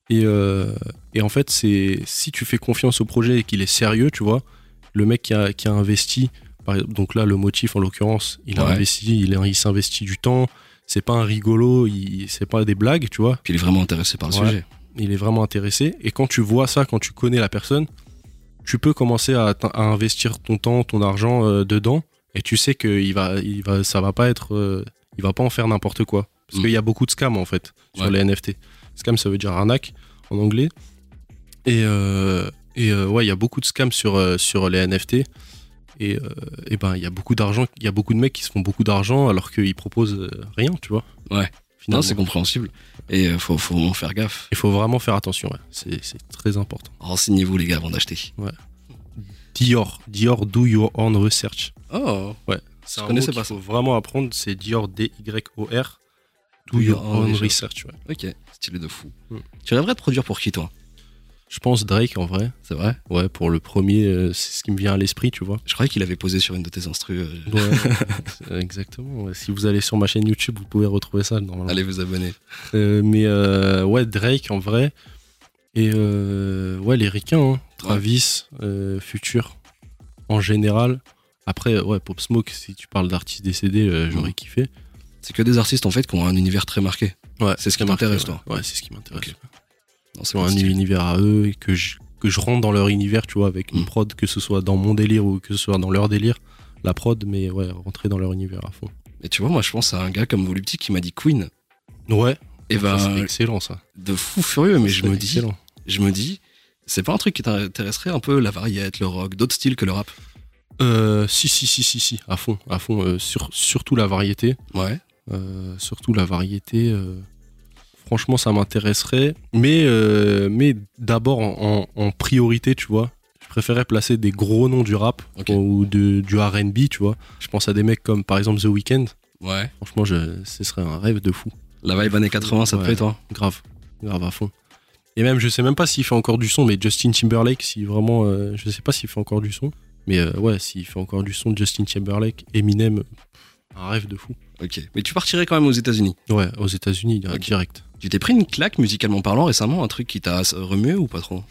Speaker 8: Et, euh, et en fait, c'est si tu fais confiance au projet et qu'il est sérieux, tu vois, le mec qui a, qui a investi, par exemple, donc là, le motif, en l'occurrence, il a
Speaker 9: Ouais.
Speaker 8: investi, il, a- il s'investit du temps. C'est pas un rigolo, il- c'est pas des blagues, tu vois
Speaker 9: Puis il est vraiment intéressé par le
Speaker 8: Ouais.
Speaker 9: sujet.
Speaker 8: il est vraiment intéressé. Et quand tu vois ça, quand tu connais la personne, tu peux commencer à, t'in- à investir ton temps, ton argent euh, dedans, et tu sais que il va, il va, ça va pas être, euh, il va pas en faire n'importe quoi, parce
Speaker 9: Mm.
Speaker 8: qu'il y a beaucoup de scams en fait sur
Speaker 9: Ouais.
Speaker 8: les NFT. Scam, ça veut dire arnaque en anglais. Et, euh, et euh, ouais, il y a beaucoup de scams sur, euh, sur les NFT. Et, euh, et ben, il y a beaucoup d'argent, il y a beaucoup de mecs qui se font beaucoup d'argent alors qu'ils proposent euh, rien, tu vois.
Speaker 9: Ouais. Non,
Speaker 8: Finalement.
Speaker 9: c'est compréhensible. Et euh, faut, faut en faire gaffe.
Speaker 8: Il faut vraiment faire attention, ouais. c'est c'est très important.
Speaker 9: Renseignez-vous, les gars, avant d'acheter.
Speaker 8: Dior, Dior Do Your Own Research.
Speaker 9: Oh
Speaker 8: Ouais, c'est
Speaker 9: Je
Speaker 8: un mot
Speaker 9: connaissais
Speaker 8: qu'il
Speaker 9: pas ça.
Speaker 8: faut vraiment apprendre. C'est Dior D Y O R Do
Speaker 9: Do
Speaker 8: Your
Speaker 9: your own
Speaker 8: Own Research.
Speaker 9: research.
Speaker 8: ouais.
Speaker 9: Ok, stylé de fou.
Speaker 8: Mm.
Speaker 9: Tu rêverais de produire pour qui toi
Speaker 8: Je pense Drake en vrai.
Speaker 9: C'est vrai
Speaker 8: Ouais, pour le premier, euh, c'est ce qui me vient à l'esprit, tu vois.
Speaker 9: Je croyais qu'il avait posé sur une de tes instrus.
Speaker 8: *laughs*
Speaker 9: euh,
Speaker 8: Ouais, euh, exactement. ouais. Si vous allez sur ma chaîne YouTube, vous pouvez retrouver ça normalement.
Speaker 9: Allez vous abonner.
Speaker 8: Euh, mais euh, ouais, Drake en vrai. Et euh, ouais, les ricains, hein. Travis, euh, Future, en général. Après, ouais, Pop Smoke, si tu parles d'artistes décédés, euh, j'aurais
Speaker 9: Mhm.
Speaker 8: kiffé.
Speaker 9: C'est que des artistes en fait qui ont un univers très marqué.
Speaker 8: Ouais,
Speaker 9: C'est ce qui
Speaker 8: très marqué,
Speaker 9: m'intéresse,
Speaker 8: ouais.
Speaker 9: toi.
Speaker 8: Ouais, c'est ce qui m'intéresse.
Speaker 9: Ok. Non,
Speaker 8: C'est un univers à eux et que je, que je rentre dans leur univers, tu vois, avec une
Speaker 9: Mhm.
Speaker 8: prod, que ce soit dans mon délire ou que ce soit dans leur délire. La prod, mais ouais, rentrer dans leur univers à fond.
Speaker 9: Et tu vois, moi je pense à un gars comme Volupti qui m'a dit Queen.
Speaker 8: Ouais,
Speaker 9: Et
Speaker 8: ça,
Speaker 9: bah
Speaker 8: c'est excellent ça.
Speaker 9: de fou furieux, mais je
Speaker 8: C'est
Speaker 9: me dis,
Speaker 8: excellent.
Speaker 9: je me dis, c'est pas un truc qui t'intéresserait un peu la variette, le rock, d'autres styles que le rap.
Speaker 8: Euh, si, si, si, si, si, à fond, à fond. euh, sur, surtout la variété.
Speaker 9: Ouais.
Speaker 8: Euh, surtout la variété. euh, franchement, ça m'intéresserait. Mais, euh, mais d'abord, en, en- en priorité, tu vois. Je préférais placer des gros noms du rap
Speaker 9: Ok.
Speaker 8: ou de, du RB, tu vois. Je pense à des mecs comme, par exemple, The Weeknd.
Speaker 9: Ouais.
Speaker 8: Franchement, je, ce serait un rêve de fou.
Speaker 9: La vibe années 80, ça te
Speaker 8: Ouais.
Speaker 9: plaît toi
Speaker 8: Grave, grave à fond. Et même, je sais même pas s'il fait encore du son, mais Justin Timberlake, si vraiment. euh, je sais pas s'il fait encore du son. Mais euh, ouais, s'il fait encore du son, Justin Timberlake, Eminem, pff, un rêve de fou.
Speaker 9: Ok. Mais tu partirais quand même aux États-Unis.
Speaker 8: Ouais, aux États-Unis,
Speaker 9: Ok.
Speaker 8: direct.
Speaker 9: Tu t'es pris une claque musicalement parlant récemment, un truc qui t'a remué ou pas trop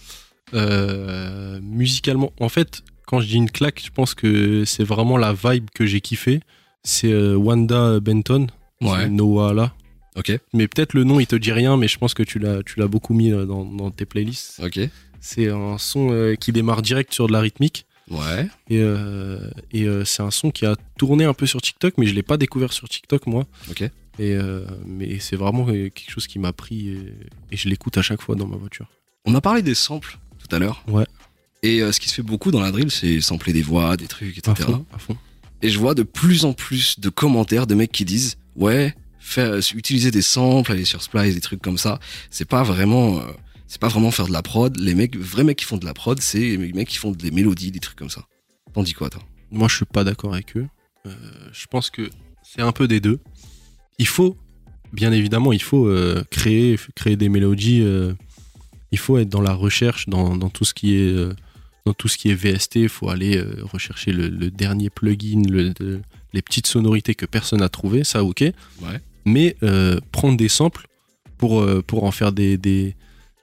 Speaker 8: Euh, musicalement, en fait, quand je dis une claque, je pense que c'est vraiment la vibe que j'ai kiffé. C'est euh, Wanda Benton, c'est Noah là.
Speaker 9: Ok.
Speaker 8: Mais peut-être le nom il te dit rien, mais je pense que tu l'as, tu l'as beaucoup mis euh, dans, dans tes playlists.
Speaker 9: Ok.
Speaker 8: C'est un son euh, qui démarre direct sur de la rythmique.
Speaker 9: Ouais.
Speaker 8: Et, euh, et, euh, c'est un son qui a tourné un peu sur TikTok, mais je l'ai pas découvert sur TikTok moi.
Speaker 9: Ok.
Speaker 8: Et euh, mais c'est vraiment euh, quelque chose qui m'a pris euh, et je l'écoute à chaque fois dans ma voiture.
Speaker 9: On a parlé des samples tout à l'heure.
Speaker 8: Ouais.
Speaker 9: Et euh, ce qui se fait beaucoup dans la drill, c'est sampler des voix, des trucs,
Speaker 8: À
Speaker 9: etc.
Speaker 8: fond, à fond.
Speaker 9: Et je vois de plus en plus de commentaires de mecs qui disent ouais, faire, euh, utiliser des samples, aller sur Splice, des trucs comme ça, c'est pas vraiment, euh, c'est pas vraiment faire de la prod. Les mecs, vrais mecs qui font de la prod, c'est les mecs qui font des mélodies, des trucs comme ça. T'en dis quoi toi
Speaker 8: Moi, je suis pas d'accord avec eux. Euh, je pense que c'est un peu des deux. Il faut, bien évidemment, il faut euh, créer, f- créer des mélodies. euh, il faut être dans la recherche, dans, dans tout ce qui est, euh, dans tout ce qui est VST. Il faut aller euh, rechercher le, le dernier plugin, le- le- les petites sonorités que personne n'a trouvées. Ça, ok. Mais euh, prendre des samples pour, euh, pour en faire des, des,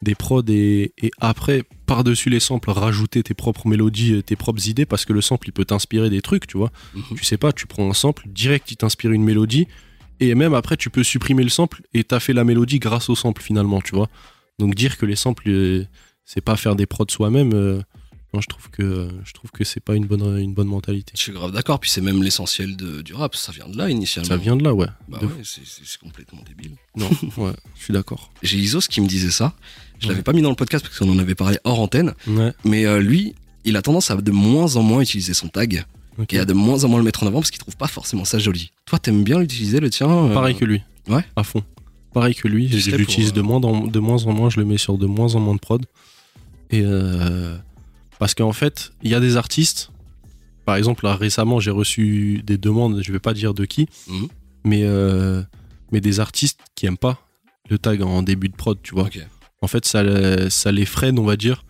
Speaker 8: des prods et, et après, par-dessus les samples, rajouter tes propres mélodies, euh, tes propres idées, parce que le sample, il peut t'inspirer des trucs, tu vois.
Speaker 9: Mhm.
Speaker 8: Tu sais pas, tu prends un sample, direct, il t'inspire une mélodie, et même après, tu peux supprimer le sample, et t'as fait la mélodie grâce au sample, finalement, tu vois. Donc dire que les samples, euh, c'est pas faire des prods soi-même, euh, non, je trouve que, je trouve que c'est pas une bonne, une bonne mentalité.
Speaker 9: Je suis grave d'accord, puis c'est même l'essentiel de- du rap, ça vient de là initialement.
Speaker 8: Ça vient de là, ouais.
Speaker 9: Bah
Speaker 8: De-
Speaker 9: ouais, c'est- c'est c'est complètement débile.
Speaker 8: Non, *laughs* ouais, je suis d'accord.
Speaker 9: J'ai Isos qui me disait ça. Je
Speaker 8: Ouais.
Speaker 9: l'avais pas mis dans le podcast parce qu'on en avait parlé hors antenne.
Speaker 8: Ouais,
Speaker 9: Mais euh, lui, il a tendance à de moins en moins utiliser son tag
Speaker 8: ok.
Speaker 9: et à de moins en moins le mettre en avant parce qu'il trouve pas forcément ça joli. Toi, t'aimes bien l'utiliser le tien euh,
Speaker 8: Pareil que lui.
Speaker 9: ouais.
Speaker 8: À fond. Pareil que lui.
Speaker 9: Tu
Speaker 8: Je
Speaker 9: sais,
Speaker 8: l'utilise
Speaker 9: pour,
Speaker 8: de,
Speaker 9: euh,
Speaker 8: moins en- de moins en moins. Je le mets sur de moins en moins de prod. Et euh, parce qu'en fait, il y a des artistes. Par exemple, là, récemment, j'ai reçu des demandes. Je vais pas dire de qui,
Speaker 9: Mhm.
Speaker 8: mais euh, mais des artistes qui aiment pas le tag en début de prod. Tu vois.
Speaker 9: Ok.
Speaker 8: En fait, ça, le- ça les freine, on va dire,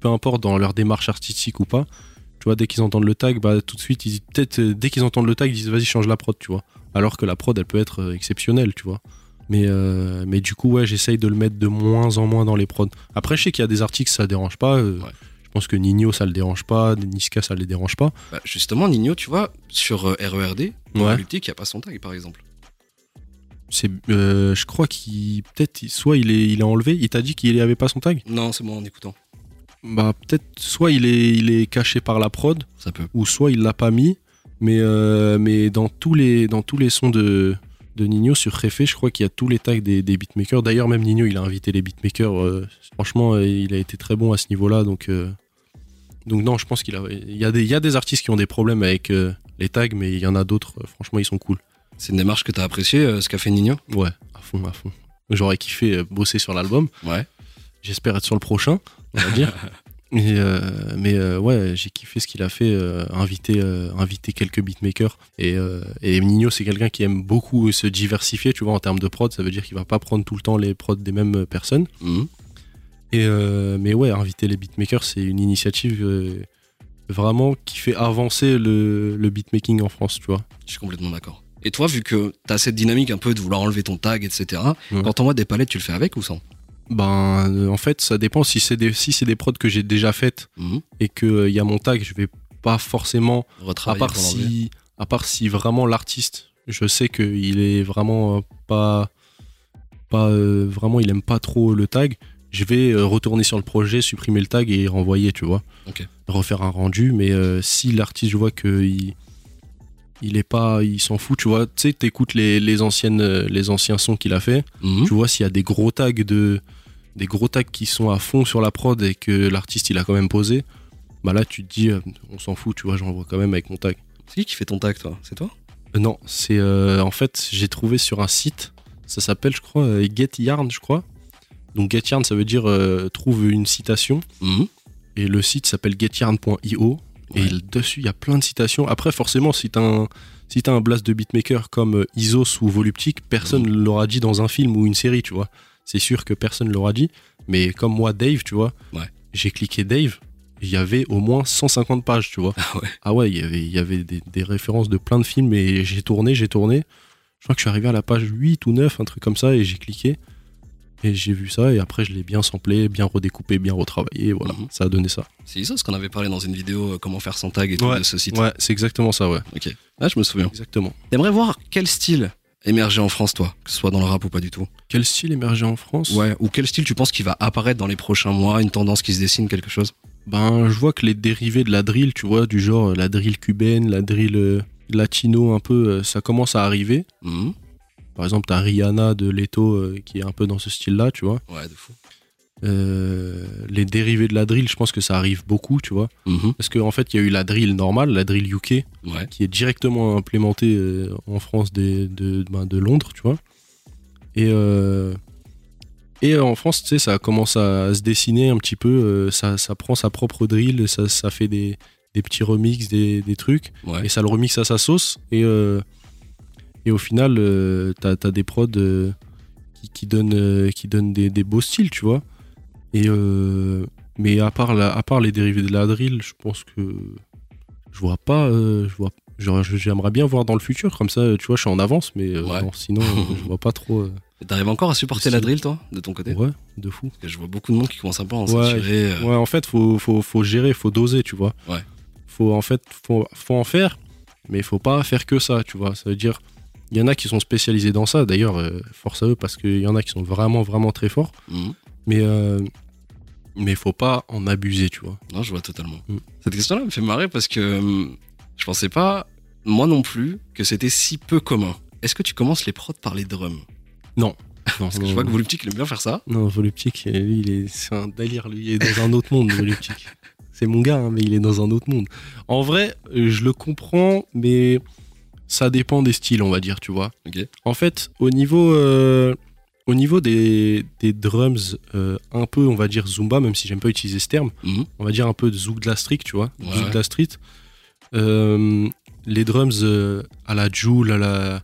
Speaker 8: peu importe dans leur démarche artistique ou pas. Tu vois, dès qu'ils entendent le tag, bah, tout de suite, ils, peut-être, euh, dès qu'ils entendent le tag, ils disent vas-y, change la prod, tu vois. Alors que la prod, elle peut être euh, exceptionnelle, tu vois. Mais, euh, mais du coup, ouais, j'essaye de le mettre de moins en moins dans les prods. Après, je sais qu'il y a des articles, ça dérange pas. euh,
Speaker 9: Ouais.
Speaker 8: Je pense que Nino, ça le dérange pas. Niska, ça les dérange pas.
Speaker 9: Bah, justement, Nino, tu vois, sur euh, RERD, dans
Speaker 8: Ouais.
Speaker 9: Volupté, qui a pas son tag, par exemple.
Speaker 8: C'est, euh, je crois qu'il, peut-être, il- soit il est, il est enlevé. Il t'a dit qu'il avait pas son tag.
Speaker 9: Non, c'est moi en écoutant.
Speaker 8: Bah, peut-être, soit il est, il est caché par la prod.
Speaker 9: Ça peut.
Speaker 8: ou soit il l'a pas mis. Mais, euh, mais dans, tous les, dans tous les sons de, de Nino sur Réfé, je crois qu'il y a tous les tags des, des beatmakers. D'ailleurs, même Nino, il a invité les beatmakers. euh, franchement, euh, il a été très bon à ce niveau-là. Donc, euh, donc non, je pense qu'il a, il y, a des- il y a des artistes qui ont des problèmes avec euh, les tags, mais il y en a d'autres. euh, franchement, ils sont cool.
Speaker 9: C'est une démarche que t'as appréciée, euh, ce qu'a fait Nino
Speaker 8: Ouais, à fond, à fond. J'aurais kiffé euh, bosser sur l'album.
Speaker 9: Ouais.
Speaker 8: J'espère être sur le prochain, on va dire. Et, euh, mais euh, ouais, j'ai kiffé ce qu'il a fait, euh, inviter, euh, inviter quelques beatmakers. Et, euh, et Nino, c'est quelqu'un qui aime beaucoup se diversifier, tu vois, en termes de prod. Ça veut dire qu'il va pas prendre tout le temps les prods des mêmes personnes.
Speaker 9: Mhm.
Speaker 8: euh, Et euh, mais ouais, inviter les beatmakers, c'est une initiative euh, vraiment qui fait avancer le, le beatmaking en France, tu vois.
Speaker 9: Je suis complètement d'accord. Et toi, vu que t'as cette dynamique un peu de vouloir enlever ton tag, etc.,
Speaker 8: Ouais.
Speaker 9: quand t'envoies des palettes, tu le fais avec ou sans
Speaker 8: Ben, euh, en fait, ça dépend. Si c'est des, si c'est des prods que j'ai déjà faites
Speaker 9: Mhm.
Speaker 8: et qu'il y a mon tag, je vais pas forcément. À
Speaker 9: Retravailler
Speaker 8: part,
Speaker 9: pour l'enlever.
Speaker 8: si, à part si vraiment l'artiste, je sais qu'il est vraiment euh, pas. pas euh, vraiment, il aime pas trop le tag. Je vais euh, retourner sur le projet, supprimer le tag et renvoyer, tu vois.
Speaker 9: Ok.
Speaker 8: Refaire un rendu. Mais euh, si l'artiste, je vois qu'il. Il est pas, il s'en fout, tu vois. Tu sais, t'écoutes les, les anciennes, euh, les anciens sons qu'il a fait.
Speaker 9: Mhm.
Speaker 8: Tu vois, s'il y a des gros tags de des gros tags qui sont à fond sur la prod et que l'artiste il a quand même posé, bah là tu te dis euh, on s'en fout, tu vois, j'envoie quand même avec mon tag.
Speaker 9: C'est qui qui fait ton tag, toi C'est toi
Speaker 8: Euh, non, c'est euh, en fait j'ai trouvé sur un site, ça s'appelle je crois euh, Get Yarn, je crois. Donc Get Yarn ça veut dire euh, trouve une citation
Speaker 9: Mhm.
Speaker 8: et le site s'appelle getyarn.io et
Speaker 9: Ouais.
Speaker 8: le- dessus il y a plein de citations. Après forcément si t'as un si t'as un blast de beatmaker comme euh, Isos ou Voluptic, personne ne l'aura dit dans un film ou une série, tu vois. C'est sûr que personne ne l'aura dit, mais comme moi Dave, tu vois,
Speaker 9: Ouais.
Speaker 8: j'ai cliqué Dave, il y avait au moins 150 pages, tu vois.
Speaker 9: *laughs* Ah ouais.
Speaker 8: Ah ouais, il y avait il y avait des, des références de plein de films et j'ai tourné, j'ai tourné. Je crois que je suis arrivé à la page 8 ou 9, un truc comme ça et j'ai cliqué. Et j'ai vu ça et après je l'ai bien samplé, bien redécoupé, bien retravaillé, voilà,
Speaker 9: Mhm.
Speaker 8: ça a donné ça.
Speaker 9: C'est ça, ce qu'on avait parlé dans une vidéo, euh, comment faire sans tag et tout
Speaker 8: Ouais,
Speaker 9: de ce site.
Speaker 8: Ouais, c'est exactement ça, ouais.
Speaker 9: Ok. Ah, je me souviens.
Speaker 8: Exactement.
Speaker 9: T'aimerais voir quel style émerger en France, toi Que ce soit dans le rap ou pas du tout
Speaker 8: Quel style émergé en France
Speaker 9: Ouais. Ou quel style tu penses qui va apparaître dans les prochains mois Une tendance qui se dessine, quelque chose
Speaker 8: Ben, je vois que les dérivés de la drill, tu vois, du genre euh, la drill cubaine, la drill euh, latino, un peu, euh, ça commence à arriver.
Speaker 9: Mhm.
Speaker 8: Par exemple, t'as Rihanna de Leto euh, qui est un peu dans ce style-là, tu vois.
Speaker 9: Ouais, de fou.
Speaker 8: Euh, les dérivés de la drill, je pense que ça arrive beaucoup, tu vois.
Speaker 9: Mhm.
Speaker 8: Parce qu'en en fait, il y a eu la drill normale, la drill UK,
Speaker 9: Ouais.
Speaker 8: qui est directement implémentée euh, en France des- de, ben, de Londres, tu vois. Et, euh, et euh, en France, tu sais, ça commence à, se dessiner un petit peu, euh, ça, ça prend sa propre drill, ça, ça fait des, des petits remixes, des, des trucs,
Speaker 9: Ouais.
Speaker 8: Ah, et ça le remixe à sa sauce. Et, euh, et au final, euh, t'as t'as des prods euh, qui, qui donnent, euh, qui donnent des, des beaux styles, tu vois. Et euh, mais à part, la- à part les dérivés de la drill, je pense que je vois pas. euh, je vois, j'aurais- j'aimerais bien voir dans le futur, comme ça, tu vois, je suis en avance, mais euh,
Speaker 9: Ouais.
Speaker 8: non, sinon, euh, je vois pas trop. euh,
Speaker 9: T'arrives encore à supporter
Speaker 8: Style.
Speaker 9: la drill, toi, de ton côté
Speaker 8: ouais, de fou.
Speaker 9: Parce que je vois beaucoup de monde qui commence un peu à en
Speaker 8: Ouais.
Speaker 9: saturer. euh,
Speaker 8: Ouais, en fait, faut, faut, faut gérer, faut doser, tu vois.
Speaker 9: Ouais.
Speaker 8: Faut, en fait, faut, faut en faire, mais il faut pas faire que ça, tu vois. Ça veut dire, il y en a qui sont spécialisés dans ça, d'ailleurs, euh, force à eux, parce qu'il y en a qui sont vraiment, vraiment très forts,
Speaker 9: mhm.
Speaker 8: mais euh, mais faut pas en abuser, tu vois.
Speaker 9: Non, je vois totalement.
Speaker 8: Mm.
Speaker 9: Cette question-là me fait marrer parce que hum, je pensais pas, moi non plus, que c'était si peu commun. Est-ce que tu commences les prods par les drums
Speaker 8: Non,
Speaker 9: *laughs* Parce que je
Speaker 8: non,
Speaker 9: vois que Voluptic il aime bien faire ça.
Speaker 8: non, Voluptic, euh, lui, il est, c'est un délire, lui, il est dans un autre
Speaker 9: *laughs*
Speaker 8: monde, Voluptic. C'est mon gars, hein, mais il est dans un autre monde. En vrai, euh, je le comprends, mais ça dépend des styles, on va dire, tu vois.
Speaker 9: Ok.
Speaker 8: En fait, au niveau, euh, au niveau des, des drums, euh, un peu, on va dire Zumba, même si j'aime pas utiliser ce terme,
Speaker 9: Mhm.
Speaker 8: on va dire un peu de Zouk de la Street, tu vois.
Speaker 9: Ouais.
Speaker 8: Zouk de la Street. Euh, les drums euh, à la Joule, à la,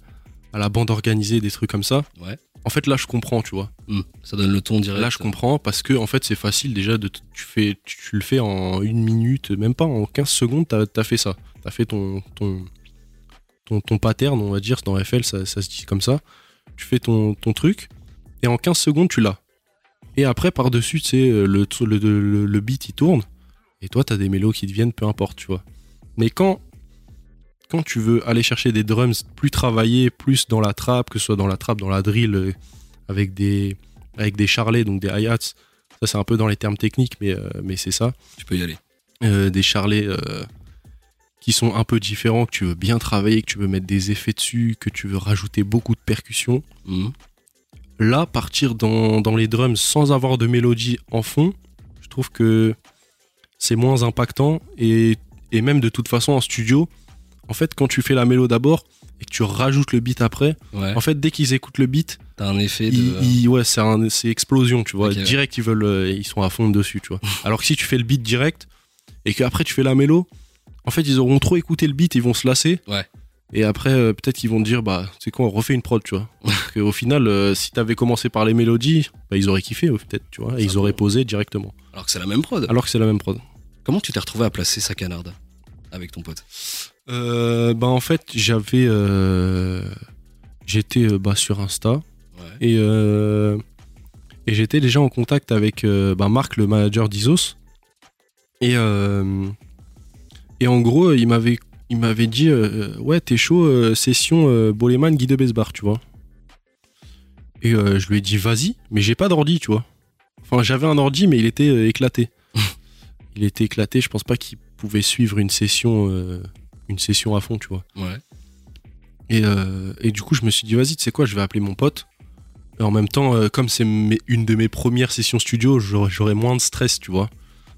Speaker 8: à la bande organisée, des trucs comme ça.
Speaker 9: Ouais.
Speaker 8: En fait, là, je comprends, tu vois.
Speaker 9: Mm. Ça donne le ton direct.
Speaker 8: Là, je comprends parce que, en fait, c'est facile déjà. De t- tu, fais, tu, tu le fais en une minute, même pas en 15 secondes, t'as as fait ça. T'as fait ton, ton, ton, ton pattern, on va dire, dans FL, ça, ça se dit comme ça. Tu fais ton, ton truc et en 15 secondes, tu l'as. Et après, par-dessus, tu sais, euh, le, t- le, le, le beat, il tourne. Et toi, t'as des mélos qui deviennent, peu importe, tu vois. Mais quand, quand tu veux aller chercher des drums plus travaillés, plus dans la trappe, que ce soit dans la trappe, dans la drill, euh, avec des, avec des charlets, donc des hi-hats, ça c'est un peu dans les termes techniques, mais, euh, mais c'est ça.
Speaker 9: Tu peux y aller.
Speaker 8: Euh, des charlets euh, qui sont un peu différents, que tu veux bien travailler, que tu veux mettre des effets dessus, que tu veux rajouter beaucoup de percussions.
Speaker 9: Mhm.
Speaker 8: Là, partir dans, dans les drums sans avoir de mélodie en fond, je trouve que c'est moins impactant. Et, et même de toute façon, en studio, en fait, quand tu fais la mélo d'abord et que tu rajoutes le beat après,
Speaker 9: Ouais.
Speaker 8: en fait, dès qu'ils écoutent le beat,
Speaker 9: T'as un effet de.
Speaker 8: ils- ils- ouais, c'est un- c'est explosion, tu vois.
Speaker 9: Ok, ouais.
Speaker 8: direct, ils veulent, euh, ils sont à fond dessus, tu vois. Alors que si tu fais le beat direct et qu'après tu fais la mélo, en fait, ils auront trop écouté le beat, ils vont se lasser.
Speaker 9: Ouais.
Speaker 8: Et après, euh, peut-être qu'ils vont te dire, bah, c'est quoi, on refait une prod, tu
Speaker 9: *laughs*
Speaker 8: vois. Parce qu'au final, euh, si t'avais commencé par les mélodies, bah, ils auraient kiffé, euh, peut-être, tu vois. Et ils auraient posé directement.
Speaker 9: Alors que c'est la même prod.
Speaker 8: Alors que c'est la même prod.
Speaker 9: Comment tu t'es retrouvé à placer sa canarde avec ton pote
Speaker 8: Euh, bah, en fait, j'avais. euh, j'étais euh, bah, sur Insta.
Speaker 9: Ouais.
Speaker 8: Et, euh, et j'étais déjà en contact avec euh, bah, Marc, le manager d'Isos. Et, euh, et en gros, il m'avait, il m'avait dit euh, Ouais, t'es chaud, euh, session euh, Boleman, Guy de Besbar, tu vois. Et euh, je lui ai dit Vas-y, mais j'ai pas d'ordi, tu vois. Enfin, j'avais un ordi, mais il était euh, éclaté. il était éclaté, je pense pas qu'il pouvait suivre une session, euh, une session à fond, tu vois.
Speaker 9: Ouais.
Speaker 8: Et, euh, et du coup, je me suis dit, vas-y, tu sais quoi, je vais appeler mon pote. Et en même temps, euh, comme c'est mes- une de mes premières sessions studio, j'aurais j'aurais moins de stress, tu vois.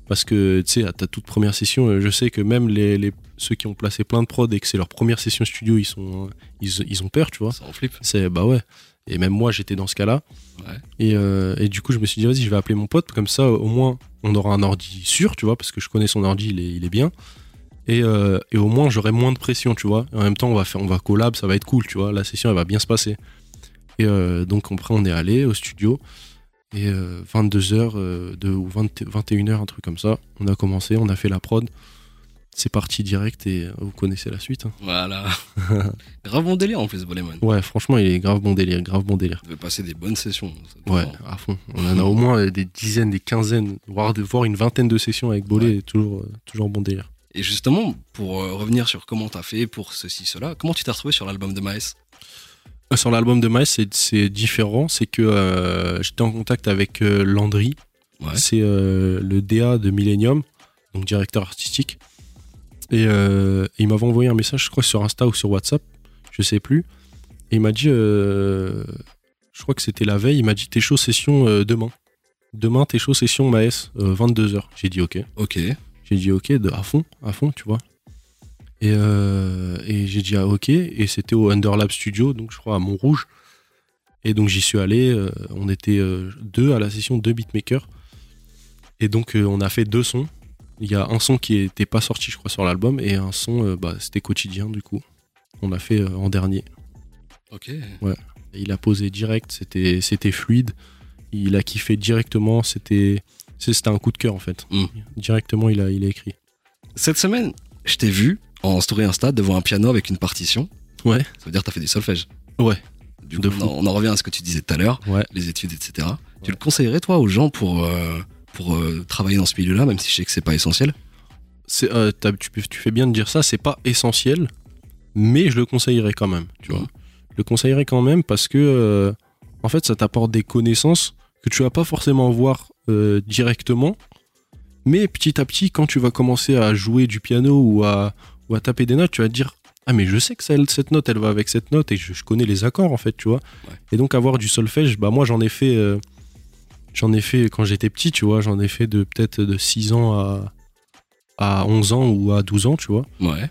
Speaker 8: Parce que, tu sais, à ta toute première session, euh, je sais que même les, les- ceux qui ont placé plein de prod et que c'est leur première session studio, ils, sont, euh, ils, ils ont peur, tu vois.
Speaker 9: Ça en flippe.
Speaker 8: C'est, bah ouais. Et même moi, j'étais dans ce cas-là.
Speaker 9: Ouais.
Speaker 8: Et, euh, et du coup, je me suis dit, vas-y, je vais appeler mon pote. Comme ça, au moins, on aura un ordi sûr, tu vois, parce que je connais son ordi, il est, il est bien. Et, euh, et au moins, j'aurai moins de pression, tu vois. Et en même temps, on va, faire, on va collab, ça va être cool, tu vois. La session, elle va bien se passer. Et euh, donc, après, on est allé au studio. Et euh, 22h euh, de, ou 20 21h, un truc comme ça. On a commencé, on a fait la prod. C'est parti direct et euh, vous connaissez la suite. hein. *laughs*
Speaker 9: Voilà. Grave bon délire en plus, Boleman.
Speaker 8: Ouais, franchement, il est grave bon délire, grave bon délire.
Speaker 9: On devait passer des bonnes sessions. ça, c'est
Speaker 8: Ouais,
Speaker 9: marrant.
Speaker 8: à fond. On en a au moins euh, des dizaines, des quinzaines, voire, voire une vingtaine de sessions avec Bolé, toujours, euh, toujours bon délire.
Speaker 9: Et justement, pour euh, revenir sur comment t'as fait pour ceci, cela, comment tu t'es retrouvé sur l'album de Maes
Speaker 8: Euh, Sur l'album de Maes, c'est- c'est différent. C'est que euh, j'étais en contact avec euh, Landry.
Speaker 9: Ouais.
Speaker 8: C'est euh, le DA de Millennium, donc directeur artistique. Et euh, il m'avait envoyé un message, je crois, sur Insta ou sur WhatsApp, je sais plus. Et il m'a dit, euh, je crois que c'était la veille, il m'a dit T'es chaud session euh, demain. Demain, t'es chaud session Maes, 22h. J'ai dit Ok.
Speaker 9: Ok.
Speaker 8: J'ai dit ok, de, à fond, à fond, tu vois. Et, euh, et j'ai dit ah, ok, et c'était au Underlab Studio, donc je crois à Montrouge. Et donc j'y suis allé, euh, on était euh, deux à la session, deux beatmakers. Et donc euh, on a fait deux sons. Il y a un son qui n'était pas sorti, je crois, sur l'album, et un son, euh, bah, c'était quotidien, du coup. On l'a fait euh, en dernier.
Speaker 9: Ok.
Speaker 8: Et Il a posé direct, c'était c'était fluide. Il a kiffé directement, c'était c'est- c'était un coup de cœur en fait.
Speaker 9: Mm.
Speaker 8: Directement, il a, il a écrit.
Speaker 9: Cette semaine, je t'ai vu en story Insta devant un piano avec une partition.
Speaker 8: Ouais.
Speaker 9: Ça veut dire que t'as fait du solfège.
Speaker 8: Ouais.
Speaker 9: Du coup,
Speaker 8: De
Speaker 9: on,
Speaker 8: fou.
Speaker 9: en, on en revient à ce que tu disais tout à l'heure,
Speaker 8: Ouais.
Speaker 9: les études, etc. Tu le conseillerais, toi, aux gens pour, euh, pour euh, travailler dans ce milieu-là, même si je sais que c'est pas essentiel
Speaker 8: c'est, euh, t'as- tu, peux- tu fais bien de dire ça, c'est pas essentiel, mais je le conseillerais quand même, tu vois.
Speaker 9: Mhm.
Speaker 8: Je le conseillerais quand même parce que, euh, en fait, ça t'apporte des connaissances que tu vas pas forcément voir euh, directement, mais petit à petit, quand tu vas commencer à jouer du piano ou à, ou à taper des notes, tu vas te dire Ah, mais je sais que celle- cette note, elle va avec cette note et je, je connais les accords, en fait, tu vois.
Speaker 9: Ouais.
Speaker 8: Et donc, avoir du solfège, bah, moi, j'en ai fait. euh, J'en ai fait quand j'étais petit, tu vois, j'en ai fait de peut-être de 6 ans à, à 11 ans ou à 12 ans, tu vois.
Speaker 9: Ouais.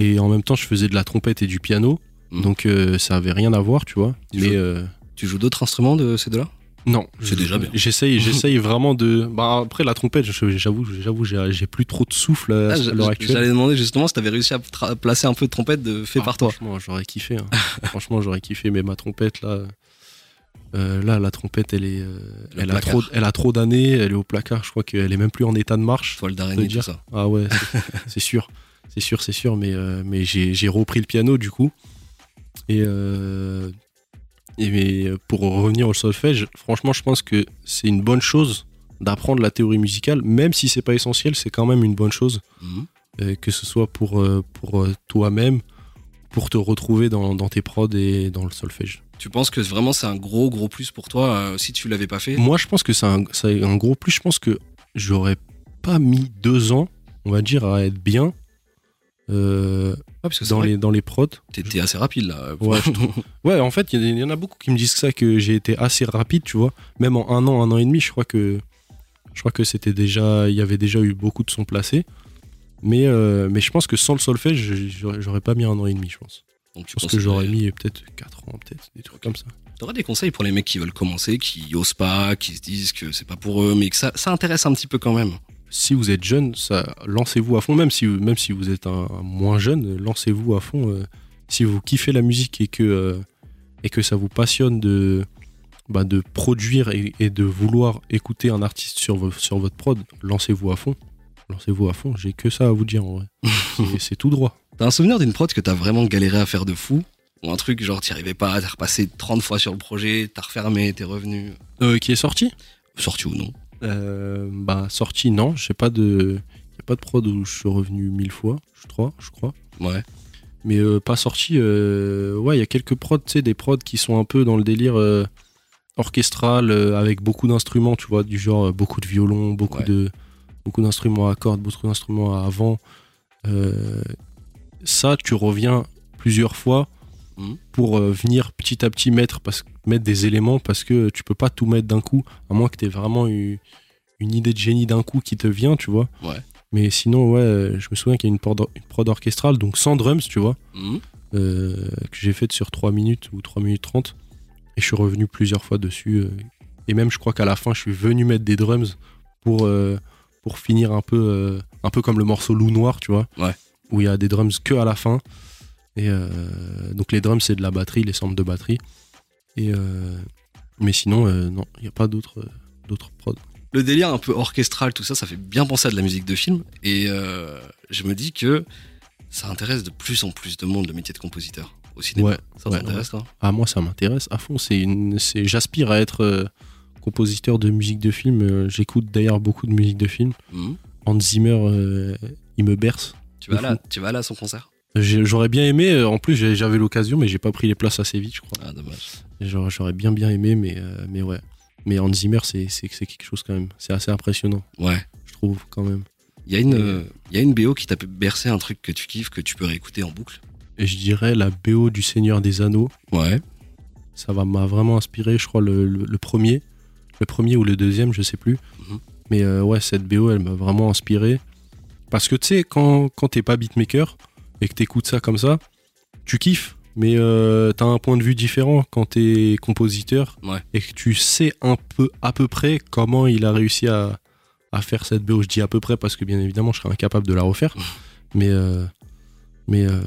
Speaker 8: Et en même temps, je faisais de la trompette et du piano.
Speaker 9: Mhm.
Speaker 8: Donc euh, ça avait rien à voir, tu vois.
Speaker 9: Tu
Speaker 8: mais
Speaker 9: joues-
Speaker 8: euh,
Speaker 9: Tu joues d'autres instruments de ces deux-là
Speaker 8: non,
Speaker 9: C'est
Speaker 8: Je-
Speaker 9: déjà bien. *laughs*
Speaker 8: J'essaye, j'essaye vraiment de. Bah, après la trompette, je- j'avoue, j'avoue, j'ai j'ai plus trop de souffle à,
Speaker 9: Ah,
Speaker 8: à
Speaker 9: j-
Speaker 8: l'heure
Speaker 9: j-
Speaker 8: actuelle.
Speaker 9: J'allais demander justement si t'avais réussi à tra- placer un peu de trompette de fait
Speaker 8: Ah,
Speaker 9: par toi.
Speaker 8: Franchement, j'aurais kiffé. hein. *laughs* franchement, j'aurais kiffé. Mais ma trompette là, euh, là, la trompette, elle est, euh,
Speaker 9: Le
Speaker 8: elle a
Speaker 9: placard.
Speaker 8: trop, elle a trop d'années. Elle est au placard. Je crois qu'elle est même plus en état de marche.
Speaker 9: Toile
Speaker 8: Ça
Speaker 9: d'araignée,
Speaker 8: veut
Speaker 9: tout
Speaker 8: dire-
Speaker 9: ça.
Speaker 8: Ah ouais, c'est- c'est sûr. C'est sûr, c'est sûr. Mais, euh, mais j'ai j'ai repris le piano du coup. Et, euh, et mais euh, pour revenir au solfège, franchement, je pense que c'est une bonne chose d'apprendre la théorie musicale, même si c'est pas essentiel, c'est quand même une bonne chose,
Speaker 9: Mhm.
Speaker 8: euh, que ce soit pour, euh, pour euh, toi-même, pour te retrouver dans, dans tes prods et dans le solfège.
Speaker 9: Tu penses que vraiment c'est un gros gros plus pour toi euh, si tu l'avais pas fait
Speaker 8: Moi, je pense que c'est un, c'est un gros plus. Je pense que j'aurais pas mis deux ans, on va dire, à être bien. euh,
Speaker 9: Ah, parce que c'est
Speaker 8: dans
Speaker 9: vrai
Speaker 8: les, dans les prods.
Speaker 9: que t'es- t'es assez rapide là. euh,
Speaker 8: Ouais, je *laughs* Ouais, en fait, il y, en a- il y en a beaucoup qui me disent ça, que j'ai été assez rapide, tu vois. Même en un an, un an et demi, je crois que, je crois que c'était déjà, il y avait déjà eu beaucoup de sons placés. Mais, euh, mais je pense que sans le solfège, je- j'aurais j'aurais pas mis un an et demi, je pense.
Speaker 9: Donc tu
Speaker 8: Je pense
Speaker 9: penses
Speaker 8: que j'aurais mis peut-être 4 ans, peut-être, des trucs comme ça.
Speaker 9: T'aurais des conseils pour les mecs qui veulent commencer, qui osent pas, qui se disent que c'est pas pour eux, mais que ça, ça intéresse un petit peu quand même.
Speaker 8: Si vous êtes jeune, ça, lancez-vous à fond. Même si, même si vous êtes un, un moins jeune, lancez-vous à fond. euh, si vous kiffez la musique et que, euh, et que ça vous passionne de, bah, de produire et, et de vouloir écouter un artiste sur, vo- sur votre prod, lancez-vous à fond. Lancez-vous à fond, j'ai que ça à vous dire en *laughs* vrai. C'est- C'est tout droit.
Speaker 9: T'as un souvenir d'une prod que t'as vraiment galéré à faire de fou Ou un truc genre t'y arrivais pas, t'as repassé 30 fois sur le projet, t'as refermé, t'es revenu
Speaker 8: Euh, qui est sorti
Speaker 9: Sorti ou non
Speaker 8: Euh, bah sorti non, je sais pas de y a pas de prod où je suis revenu mille fois, je crois, je crois.
Speaker 9: Ouais.
Speaker 8: Mais euh, pas sorti euh, ouais, il y a quelques prods, tu sais des prods qui sont un peu dans le délire euh, orchestral euh, avec beaucoup d'instruments, tu vois, du genre euh, beaucoup de violons, beaucoup
Speaker 9: Ouais.
Speaker 8: de beaucoup d'instruments à cordes, beaucoup d'instruments à vent. Euh, ça tu reviens plusieurs fois
Speaker 9: Mhm.
Speaker 8: pour euh, venir petit à petit mettre parce mettre des éléments parce que tu peux pas tout mettre d'un coup à moins que tu aies vraiment eu une idée de génie d'un coup qui te vient, tu vois.
Speaker 9: Ouais.
Speaker 8: Mais sinon, ouais, euh, je me souviens qu'il y a une prod, une prod orchestrale, donc sans drums, tu vois,
Speaker 9: Hmm
Speaker 8: euh, que j'ai faite sur 3 minutes ou 3 minutes 30. Et je suis revenu plusieurs fois dessus. euh, et même, je crois qu'à la fin, je suis venu mettre des drums pour, euh, pour finir un peu, euh, un peu comme le morceau Loup Noir, tu vois.
Speaker 9: Ouais.
Speaker 8: Où il y a des drums que à la fin. Et euh, donc, les drums, c'est de la batterie, les samples de batterie. Et, euh, mais sinon, euh, non, il n'y a pas d'autres euh, d'autres prods.
Speaker 9: le délire un peu orchestral, tout ça, ça fait bien penser à de la musique de film. Et euh, je me dis que ça intéresse de plus en plus de monde le métier de compositeur au cinéma.
Speaker 8: Ouais,
Speaker 9: ça
Speaker 8: ouais,
Speaker 9: t'intéresse, toi
Speaker 8: Ah moi ça m'intéresse à fond, c'est une c'est j'aspire à être euh, compositeur de musique de film, Euh, j'écoute d'ailleurs beaucoup de musique de film.
Speaker 9: Mhm.
Speaker 8: Hans Zimmer euh, il me berce.
Speaker 9: tu, vas là, tu vas là à son concert
Speaker 8: J'ai- J'aurais bien aimé euh, en plus j'ai- j'avais l'occasion mais j'ai pas pris les places assez vite, je crois.
Speaker 9: Ah, dommage.
Speaker 8: J'aurais j'aurais bien bien aimé mais euh, mais ouais. Mais Hans Zimmer c'est c'est c'est quelque chose quand même, c'est assez impressionnant,
Speaker 9: Ouais.
Speaker 8: je trouve quand même.
Speaker 9: Il y, a une, euh, il y a une BO qui t'a bercé un truc que tu kiffes, que tu peux réécouter en boucle.
Speaker 8: Et je dirais la BO du Seigneur des Anneaux,
Speaker 9: Ouais.
Speaker 8: ça va- m'a vraiment inspiré, je crois, le, le- le premier. Le premier ou le deuxième, je sais plus.
Speaker 9: Mhm.
Speaker 8: Mais euh, ouais, cette BO, elle m'a vraiment inspiré. Parce que tu sais, quand, quand t'es pas beatmaker et que t'écoutes ça comme ça, tu kiffes. Mais euh, t'as un point de vue différent quand t'es compositeur
Speaker 9: Ouais.
Speaker 8: et que tu sais un peu, à peu près, comment il a réussi à, à faire cette BO. Je dis à peu près parce que, bien évidemment, je serais incapable de la refaire.
Speaker 9: Mhm.
Speaker 8: mais euh, mais, euh,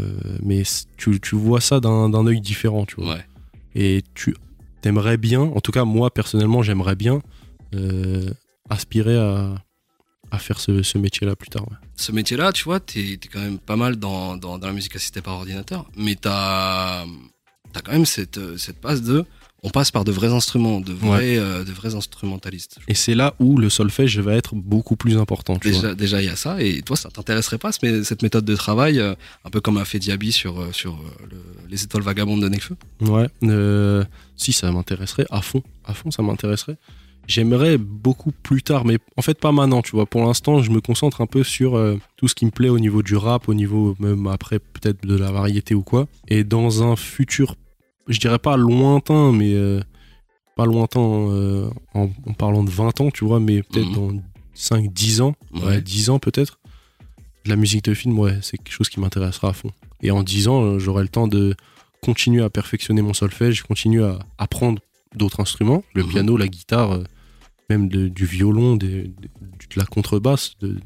Speaker 8: mais c- tu, tu vois ça d'un d'un œil différent, tu vois
Speaker 9: Ouais.
Speaker 8: et tu t'aimerais bien, en tout cas moi personnellement j'aimerais bien euh, aspirer à, à faire ce, ce métier-là plus tard. ouais.
Speaker 9: Ce métier-là, tu vois, t'es t'es quand même pas mal dans, dans, dans la musique assistée par ordinateur. Mais t'as as quand même cette, euh, cette passe de. On passe par de vrais instruments, de vrais, euh, de vrais instrumentalistes.
Speaker 8: Et c'est là où le solfège va être beaucoup plus important. Tu vois.
Speaker 9: Déjà, déjà, il y a ça. Et toi, ça t'intéresserait pas, ce- mais cette méthode de travail, euh, un peu comme a fait Diaby sur, euh, sur euh, le- les étoiles vagabondes de Nekfeu
Speaker 8: Ouais. euh, si ça m'intéresserait à fond, à fond ça m'intéresserait. J'aimerais beaucoup plus tard, mais en fait pas maintenant. Tu vois, pour l'instant je me concentre un peu sur euh, tout ce qui me plaît au niveau du rap, au niveau même après peut-être de la variété ou quoi. Et dans un futur, je dirais pas lointain, mais euh, pas lointain euh, en, en parlant de 20 ans, tu vois, mais peut-être
Speaker 9: Mhm.
Speaker 8: dans 5-10 ans, ouais.
Speaker 9: Ouais.
Speaker 8: 10 ans peut-être. La musique de film, ouais, c'est quelque chose qui m'intéressera à fond. Et en 10 ans, euh, j'aurai le temps de continuer à perfectionner mon solfège, continuer à apprendre d'autres instruments, le
Speaker 9: Mhm.
Speaker 8: piano, la guitare, euh, même de- du violon, des- de, de la contrebasse, de-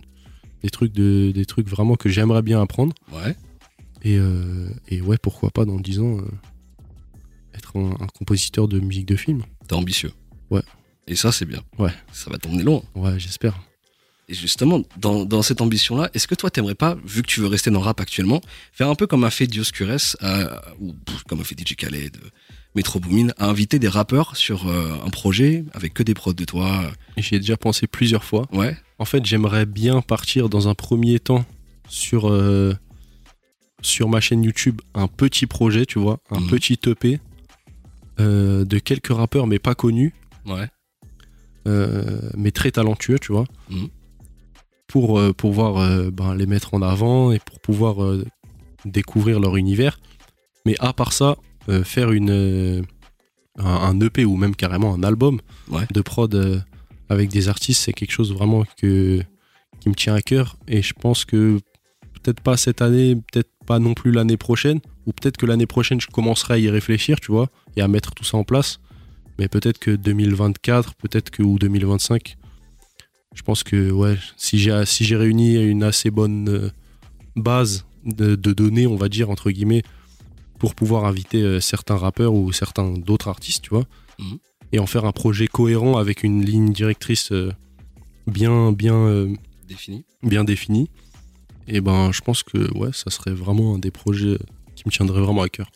Speaker 8: des, trucs de, des trucs vraiment que j'aimerais bien apprendre.
Speaker 9: Ouais.
Speaker 8: Et, euh, et ouais, pourquoi pas dans 10 ans euh, être un, un compositeur de musique de film
Speaker 9: T'es ambitieux.
Speaker 8: Ouais.
Speaker 9: Et ça, c'est bien.
Speaker 8: Ouais.
Speaker 9: Ça va t'emmener loin.
Speaker 8: Ouais, j'espère.
Speaker 9: Et justement, dans, dans cette ambition-là, est-ce que toi, t'aimerais pas, vu que tu veux rester dans le rap actuellement, faire un peu comme a fait Dioscures, euh, ou pff, comme a fait DJ Khaled, euh, Metro Boomin, à inviter des rappeurs sur euh, un projet avec que des prods de toi
Speaker 8: J'y ai déjà pensé plusieurs fois.
Speaker 9: euh, Ouais.
Speaker 8: En fait, j'aimerais bien partir dans un premier temps sur, euh, sur ma chaîne YouTube un petit projet, tu vois, un
Speaker 9: Mhm.
Speaker 8: petit EP euh, de quelques rappeurs, mais pas connus,
Speaker 9: Ouais.
Speaker 8: euh, mais très talentueux, tu vois,
Speaker 9: Mhm.
Speaker 8: pour euh, pouvoir euh, ben, les mettre en avant et pour pouvoir euh, découvrir leur univers. Mais à part ça, euh, faire une, euh, un, un EP ou même carrément un album
Speaker 9: Ouais.
Speaker 8: de prod euh, avec des artistes, c'est quelque chose vraiment que, qui me tient à cœur. Et je pense que peut-être pas cette année, peut-être pas non plus l'année prochaine, ou peut-être que l'année prochaine, je commencerai à y réfléchir, tu vois, et à mettre tout ça en place. Mais peut-être que 2024, peut-être que ou 2025, je pense que ouais, si j'ai si j'ai réuni une assez bonne euh, base de, de données, on va dire entre guillemets, pour pouvoir inviter euh, certains rappeurs ou certains d'autres artistes, tu vois,
Speaker 9: Mhm.
Speaker 8: et en faire un projet cohérent avec une ligne directrice euh, bien, bien, euh,
Speaker 9: défini.
Speaker 8: bien définie. Et ben, je pense que ouais, ça serait vraiment un des projets qui me tiendrait vraiment à cœur.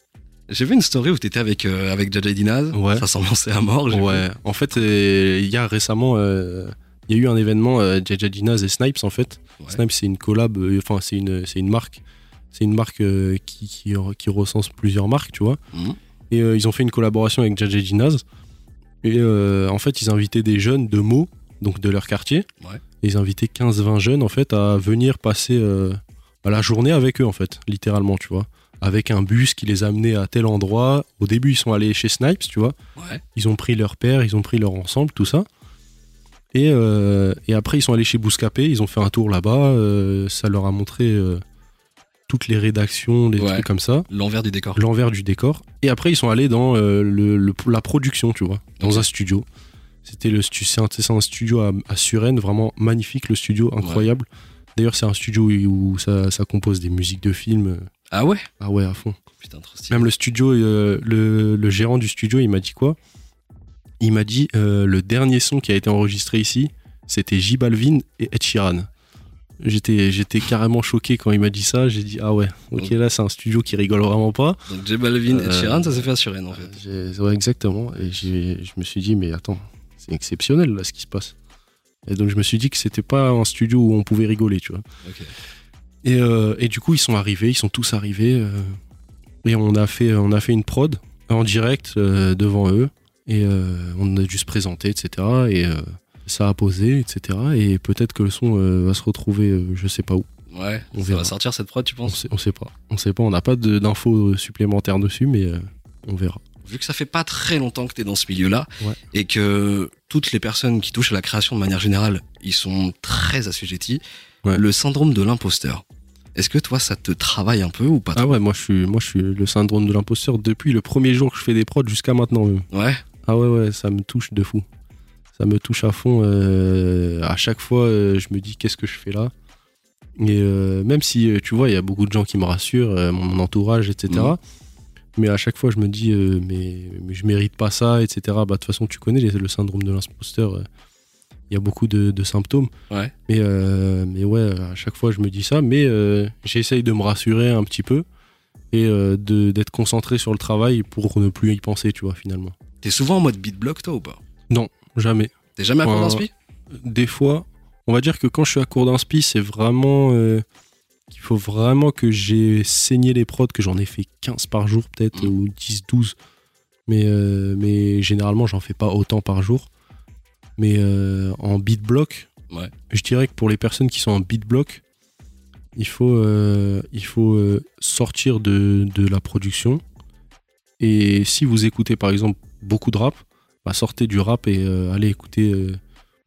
Speaker 9: J'ai vu une story où t'étais avec, euh, avec Jaja Dinaz.
Speaker 8: Ouais.
Speaker 9: Ça s'ambiançait à mort. j'ai
Speaker 8: Ouais, en fait, euh, il y a récemment, euh, il y a eu un événement euh, Jaja Dinaz et Snipes en fait.
Speaker 9: vu. Ouais.
Speaker 8: Snipes, c'est une collab, euh, enfin, c'est une, c'est une marque. C'est une marque euh, qui, qui, qui recense plusieurs marques, tu vois.
Speaker 9: Mhm.
Speaker 8: Et euh, ils ont fait une collaboration avec Jaja Dinaz. Et euh, en fait, ils invitaient des jeunes de Meaux, donc de leur quartier.
Speaker 9: Ouais.
Speaker 8: Et ils invitaient 15-20 jeunes, en fait, à venir passer euh, à la journée avec eux, en fait, littéralement, tu vois. Avec un bus qui les amenait à tel endroit. Au début, ils sont allés chez Snipes, tu vois.
Speaker 9: Ouais.
Speaker 8: Ils ont pris leur père, ils ont pris leur ensemble, tout ça. Et, euh, et après, ils sont allés chez Bouscapé, ils ont fait un tour là-bas. euh, ça leur a montré euh, toutes les rédactions, les
Speaker 9: Ouais.
Speaker 8: trucs comme ça,
Speaker 9: L'envers du décor.
Speaker 8: l'envers du décor. Et après, ils sont allés dans euh, le- le- la production, tu vois, dans
Speaker 9: Ok.
Speaker 8: un studio. C'était le stu- c'est un, c'est un studio à, à Suresnes, vraiment magnifique, le studio incroyable. D'ailleurs, c'est un studio où, où ça, ça compose des musiques de films.
Speaker 9: Ah ouais
Speaker 8: Ah ouais, à fond.
Speaker 9: Putain, trop stylé.
Speaker 8: Même le studio, euh, le, le gérant du studio, il m'a dit quoi Il m'a dit euh, le dernier son qui a été enregistré ici, c'était J Balvin et Ed Sheeran. J'étais, j'étais carrément choqué quand il m'a dit ça. J'ai dit ah ouais, ok là c'est un studio qui rigole vraiment pas.
Speaker 9: Donc J Balvin et
Speaker 8: Euh,
Speaker 9: Sheeran, ça s'est fait à Suresnes en fait.
Speaker 8: J'ai- ouais, exactement. Et j'ai- je me suis dit mais attends, c'est exceptionnel là ce qui se passe. Et donc je me suis dit que c'était pas un studio où on pouvait rigoler, tu vois.
Speaker 9: Ok.
Speaker 8: Et, euh, et du coup, ils sont arrivés, ils sont tous arrivés. euh, et on a, fait, on a fait une prod en direct euh, devant eux. Et euh, on a dû se présenter, etc. Et euh, ça a posé, etc. Et peut-être que le son euh, va se retrouver, euh, je sais pas où.
Speaker 9: Ouais.
Speaker 8: On
Speaker 9: ça
Speaker 8: verra.
Speaker 9: va sortir cette prod, tu
Speaker 8: On
Speaker 9: penses
Speaker 8: sait, on sait pas. On sait pas, on n'a pas de- d'infos euh, supplémentaires dessus, mais euh, on verra.
Speaker 9: vu que ça fait pas très longtemps que tu es dans ce milieu-là
Speaker 8: Ouais.
Speaker 9: et que toutes les personnes qui touchent à la création de manière générale, ils sont très assujettis,
Speaker 8: Ouais.
Speaker 9: le syndrome de l'imposteur. Est-ce que toi, ça te travaille un peu ou pas
Speaker 8: Ah ouais, moi je suis, moi, je suis le syndrome de l'imposteur depuis le premier jour que je fais des prods jusqu'à maintenant même.
Speaker 9: Ouais,
Speaker 8: Ah ouais, ouais, ça me touche de fou. Ça me touche à fond. euh, à chaque fois, euh, je me dis qu'est-ce que je fais là. Et euh, même si, euh, tu vois, il y a beaucoup de gens qui me rassurent, euh, mon mon entourage, etc.
Speaker 9: Mhm.
Speaker 8: Mais à chaque fois, je me dis, euh, mais, mais je mérite pas ça, etc. Bah, De toute façon, tu connais les- le syndrome de l'imposteur. euh, Il y a beaucoup de, de symptômes.
Speaker 9: Ouais.
Speaker 8: Mais, euh, mais ouais, à chaque fois, je me dis ça. Mais euh, j'essaye de me rassurer un petit peu et euh, de- d'être concentré sur le travail pour ne plus y penser, tu vois, finalement.
Speaker 9: t'es souvent en mode beat block toi ou pas
Speaker 8: Jamais.
Speaker 9: T'es jamais à fond
Speaker 8: Ouais,
Speaker 9: d'inspi
Speaker 8: des fois, on va dire que quand je suis à court d'inspi, c'est vraiment euh, qu'il faut vraiment que j'ai saigné les prods, que j'en ai fait 15 par jour peut-être,
Speaker 9: Mm.
Speaker 8: ou 10, 12. Mais, euh, mais généralement, j'en fais pas autant par jour. Mais euh, en beat block,
Speaker 9: Ouais.
Speaker 8: je dirais que pour les personnes qui sont en beat block, il faut, euh, il faut euh, sortir de, de la production. Et si vous écoutez par exemple beaucoup de rap, bah, sortez du rap et euh, allez écouter euh,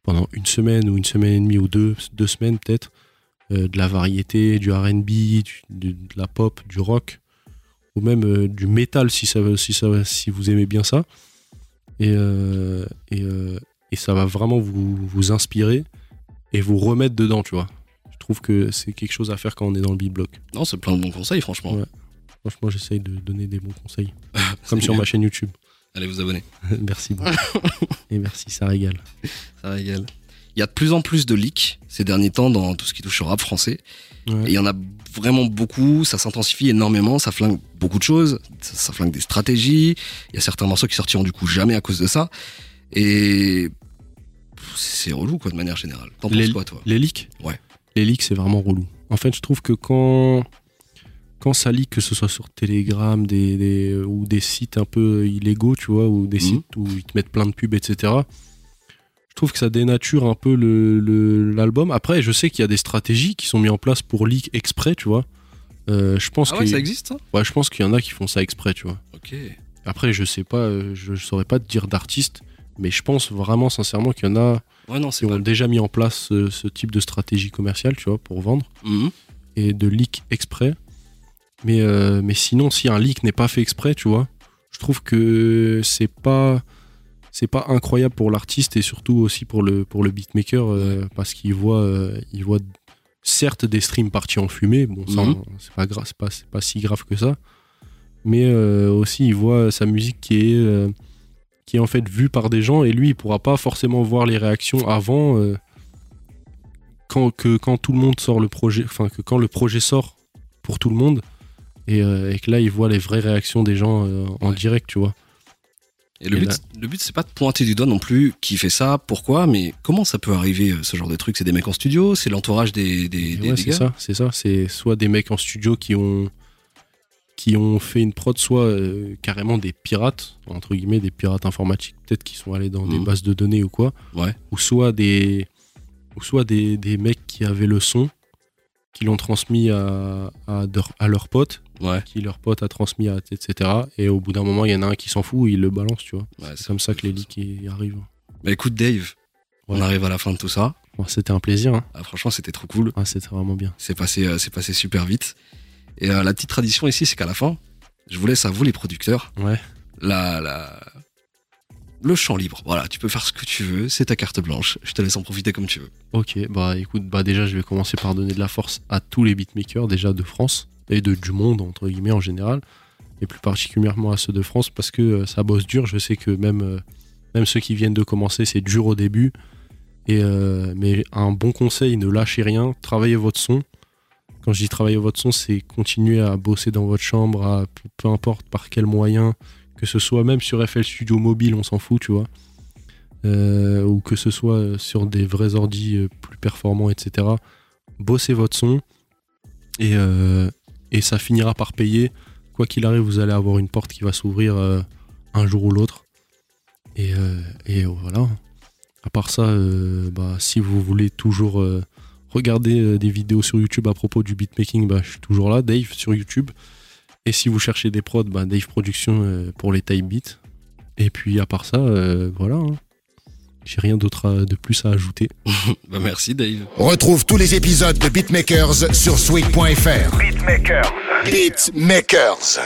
Speaker 8: pendant une semaine ou une semaine et demie ou deux, deux semaines peut-être, euh, de la variété, du RB, du- du- de la pop, du rock, ou même euh, du métal si, ça, si, ça, si vous aimez bien ça. Et, euh, et, euh, et ça va vraiment vous, vous inspirer et vous remettre dedans, tu vois. Je trouve que c'est quelque chose à faire quand on est dans le beat-block.
Speaker 9: Non, c'est plein de bons conseils, franchement.
Speaker 8: Ouais. Franchement, j'essaye de donner des bons conseils,
Speaker 9: C'est
Speaker 8: comme
Speaker 9: *laughs*
Speaker 8: sur
Speaker 9: bien.
Speaker 8: ma chaîne YouTube.
Speaker 9: Allez vous abonner.
Speaker 8: merci
Speaker 9: *laughs*
Speaker 8: beaucoup. et merci, ça régale.
Speaker 9: Ça régale. Il y a de plus en plus de leaks ces derniers temps dans tout ce qui touche au rap français.
Speaker 8: Ouais.
Speaker 9: Et il y en a vraiment beaucoup, ça s'intensifie énormément, ça flingue beaucoup de choses, ça, ça flingue des stratégies. Il y a certains morceaux qui sortiront du coup jamais à cause de ça. Et pff, c'est relou quoi de manière générale. T'en penses
Speaker 8: Les-
Speaker 9: quoi toi
Speaker 8: Les leaks
Speaker 9: Ouais.
Speaker 8: Les leaks, c'est vraiment relou. En fait, je trouve que quand, quand ça leak, que ce soit sur Telegram des, des- ou des sites un peu illégaux, tu vois, ou des
Speaker 9: Mhm.
Speaker 8: sites où ils te mettent plein de pubs, etc., je trouve que ça dénature un peu le- le- l'album. Après, je sais qu'il y a des stratégies qui sont mises en place pour leak exprès, tu vois. Euh, je pense
Speaker 9: Ah ouais,
Speaker 8: que-
Speaker 9: ça existe ça
Speaker 8: ouais, je pense qu'il y en a qui font ça exprès, tu vois.
Speaker 9: Ok.
Speaker 8: Après, je sais pas, euh, je, je saurais pas te dire d'artiste, mais je pense vraiment sincèrement qu'il y en a
Speaker 9: Ouais, non, c'est
Speaker 8: qui ont
Speaker 9: pas.
Speaker 8: déjà mis en place ce, ce type de stratégie commerciale, tu vois, pour vendre,
Speaker 9: Mhm.
Speaker 8: et de leak exprès. Mais, euh, mais sinon, si un leak n'est pas fait exprès, tu vois, je trouve que c'est pas c'est pas incroyable pour l'artiste et surtout aussi pour le pour le beatmaker euh, parce qu'il voit euh, il voit certes des streams partis en fumée bon ça
Speaker 9: Mhm.
Speaker 8: c'est pas grave c'est pas c'est pas si grave que ça mais euh, aussi il voit sa musique qui est, euh, qui est en fait vue par des gens et lui il pourra pas forcément voir les réactions avant euh, quand, que quand tout le monde sort le projet, enfin que quand le projet sort pour tout le monde et, euh, et que là il voit les vraies réactions des gens euh, en direct, tu vois.
Speaker 9: Et le
Speaker 8: Et
Speaker 9: but,
Speaker 8: là-
Speaker 9: le but, c'est pas de pointer du doigt non plus qui fait ça, pourquoi, mais comment ça peut arriver euh, ce genre de truc C'est des mecs en studio, c'est l'entourage des, des,
Speaker 8: Et
Speaker 9: des-
Speaker 8: ouais,
Speaker 9: des
Speaker 8: c'est
Speaker 9: gars.
Speaker 8: ça, c'est ça. C'est soit des mecs en studio qui ont qui ont fait une prod, soit euh, carrément des pirates entre guillemets, des pirates informatiques, peut-être qui sont allés dans des
Speaker 9: Mhm.
Speaker 8: bases de données ou quoi.
Speaker 9: Ouais.
Speaker 8: Ou soit des ou soit des, des mecs qui avaient le son, qui l'ont transmis à à, leur- à leur pote,
Speaker 9: Ouais,
Speaker 8: qui leur pote a transmis à etc. Et au bout d'un moment, il y en a un qui s'en fout, il le balance, tu vois.
Speaker 9: ouais,
Speaker 8: C'est
Speaker 9: c'est-
Speaker 8: comme ça que les leaks y- y arrivent.
Speaker 9: Bah, écoute, Dave, on
Speaker 8: Ouais.
Speaker 9: arrive à la fin de tout ça.
Speaker 8: Bon, c'était un plaisir, hein.
Speaker 9: Ah, franchement, c'était trop cool.
Speaker 8: Ah, c'était vraiment bien.
Speaker 9: C'est passé, euh, c'est passé super vite. Et euh, la petite tradition ici, c'est qu'à la fin, je vous laisse à vous, les producteurs,
Speaker 8: Ouais.
Speaker 9: la, la- le champ libre. Voilà, tu peux faire ce que tu veux, c'est ta carte blanche. Je te laisse en profiter comme tu veux. *laughs*
Speaker 8: Ok, bah écoute, bah déjà je vais commencer par donner de la force à tous les beatmakers, déjà de France et de, du monde entre guillemets en général, et plus particulièrement à ceux de France parce que euh, ça bosse dur. Je sais que même, euh, même ceux qui viennent de commencer, c'est dur au début. Et, euh, mais un bon conseil, ne lâchez rien, travaillez votre son. Quand je dis travailler votre son, c'est continuer à bosser dans votre chambre, à, peu- peu importe par quel moyen, que ce soit même sur FL Studio mobile, on s'en fout, tu vois euh, ou que ce soit euh, sur des vrais ordi euh, plus performants, etc. Bossez votre son et, euh, et ça finira par payer. Quoi qu'il arrive, vous allez avoir une porte qui va s'ouvrir euh, un jour ou l'autre. Et, euh, et voilà. À part ça, euh, bah, si vous voulez toujours euh, regarder euh, des vidéos sur YouTube à propos du beatmaking, bah, je suis toujours là, Dave, sur YouTube. Et si vous cherchez des prods, bah, Dave Production euh, pour les type beats. Et puis à part ça, euh, voilà. hein. J'ai rien d'autre à- de plus à ajouter.
Speaker 9: Bah, merci, Dave.
Speaker 2: Retrouve tous les épisodes de Beatmakers sur sweet.fr.
Speaker 3: Beatmakers.
Speaker 2: Beatmakers.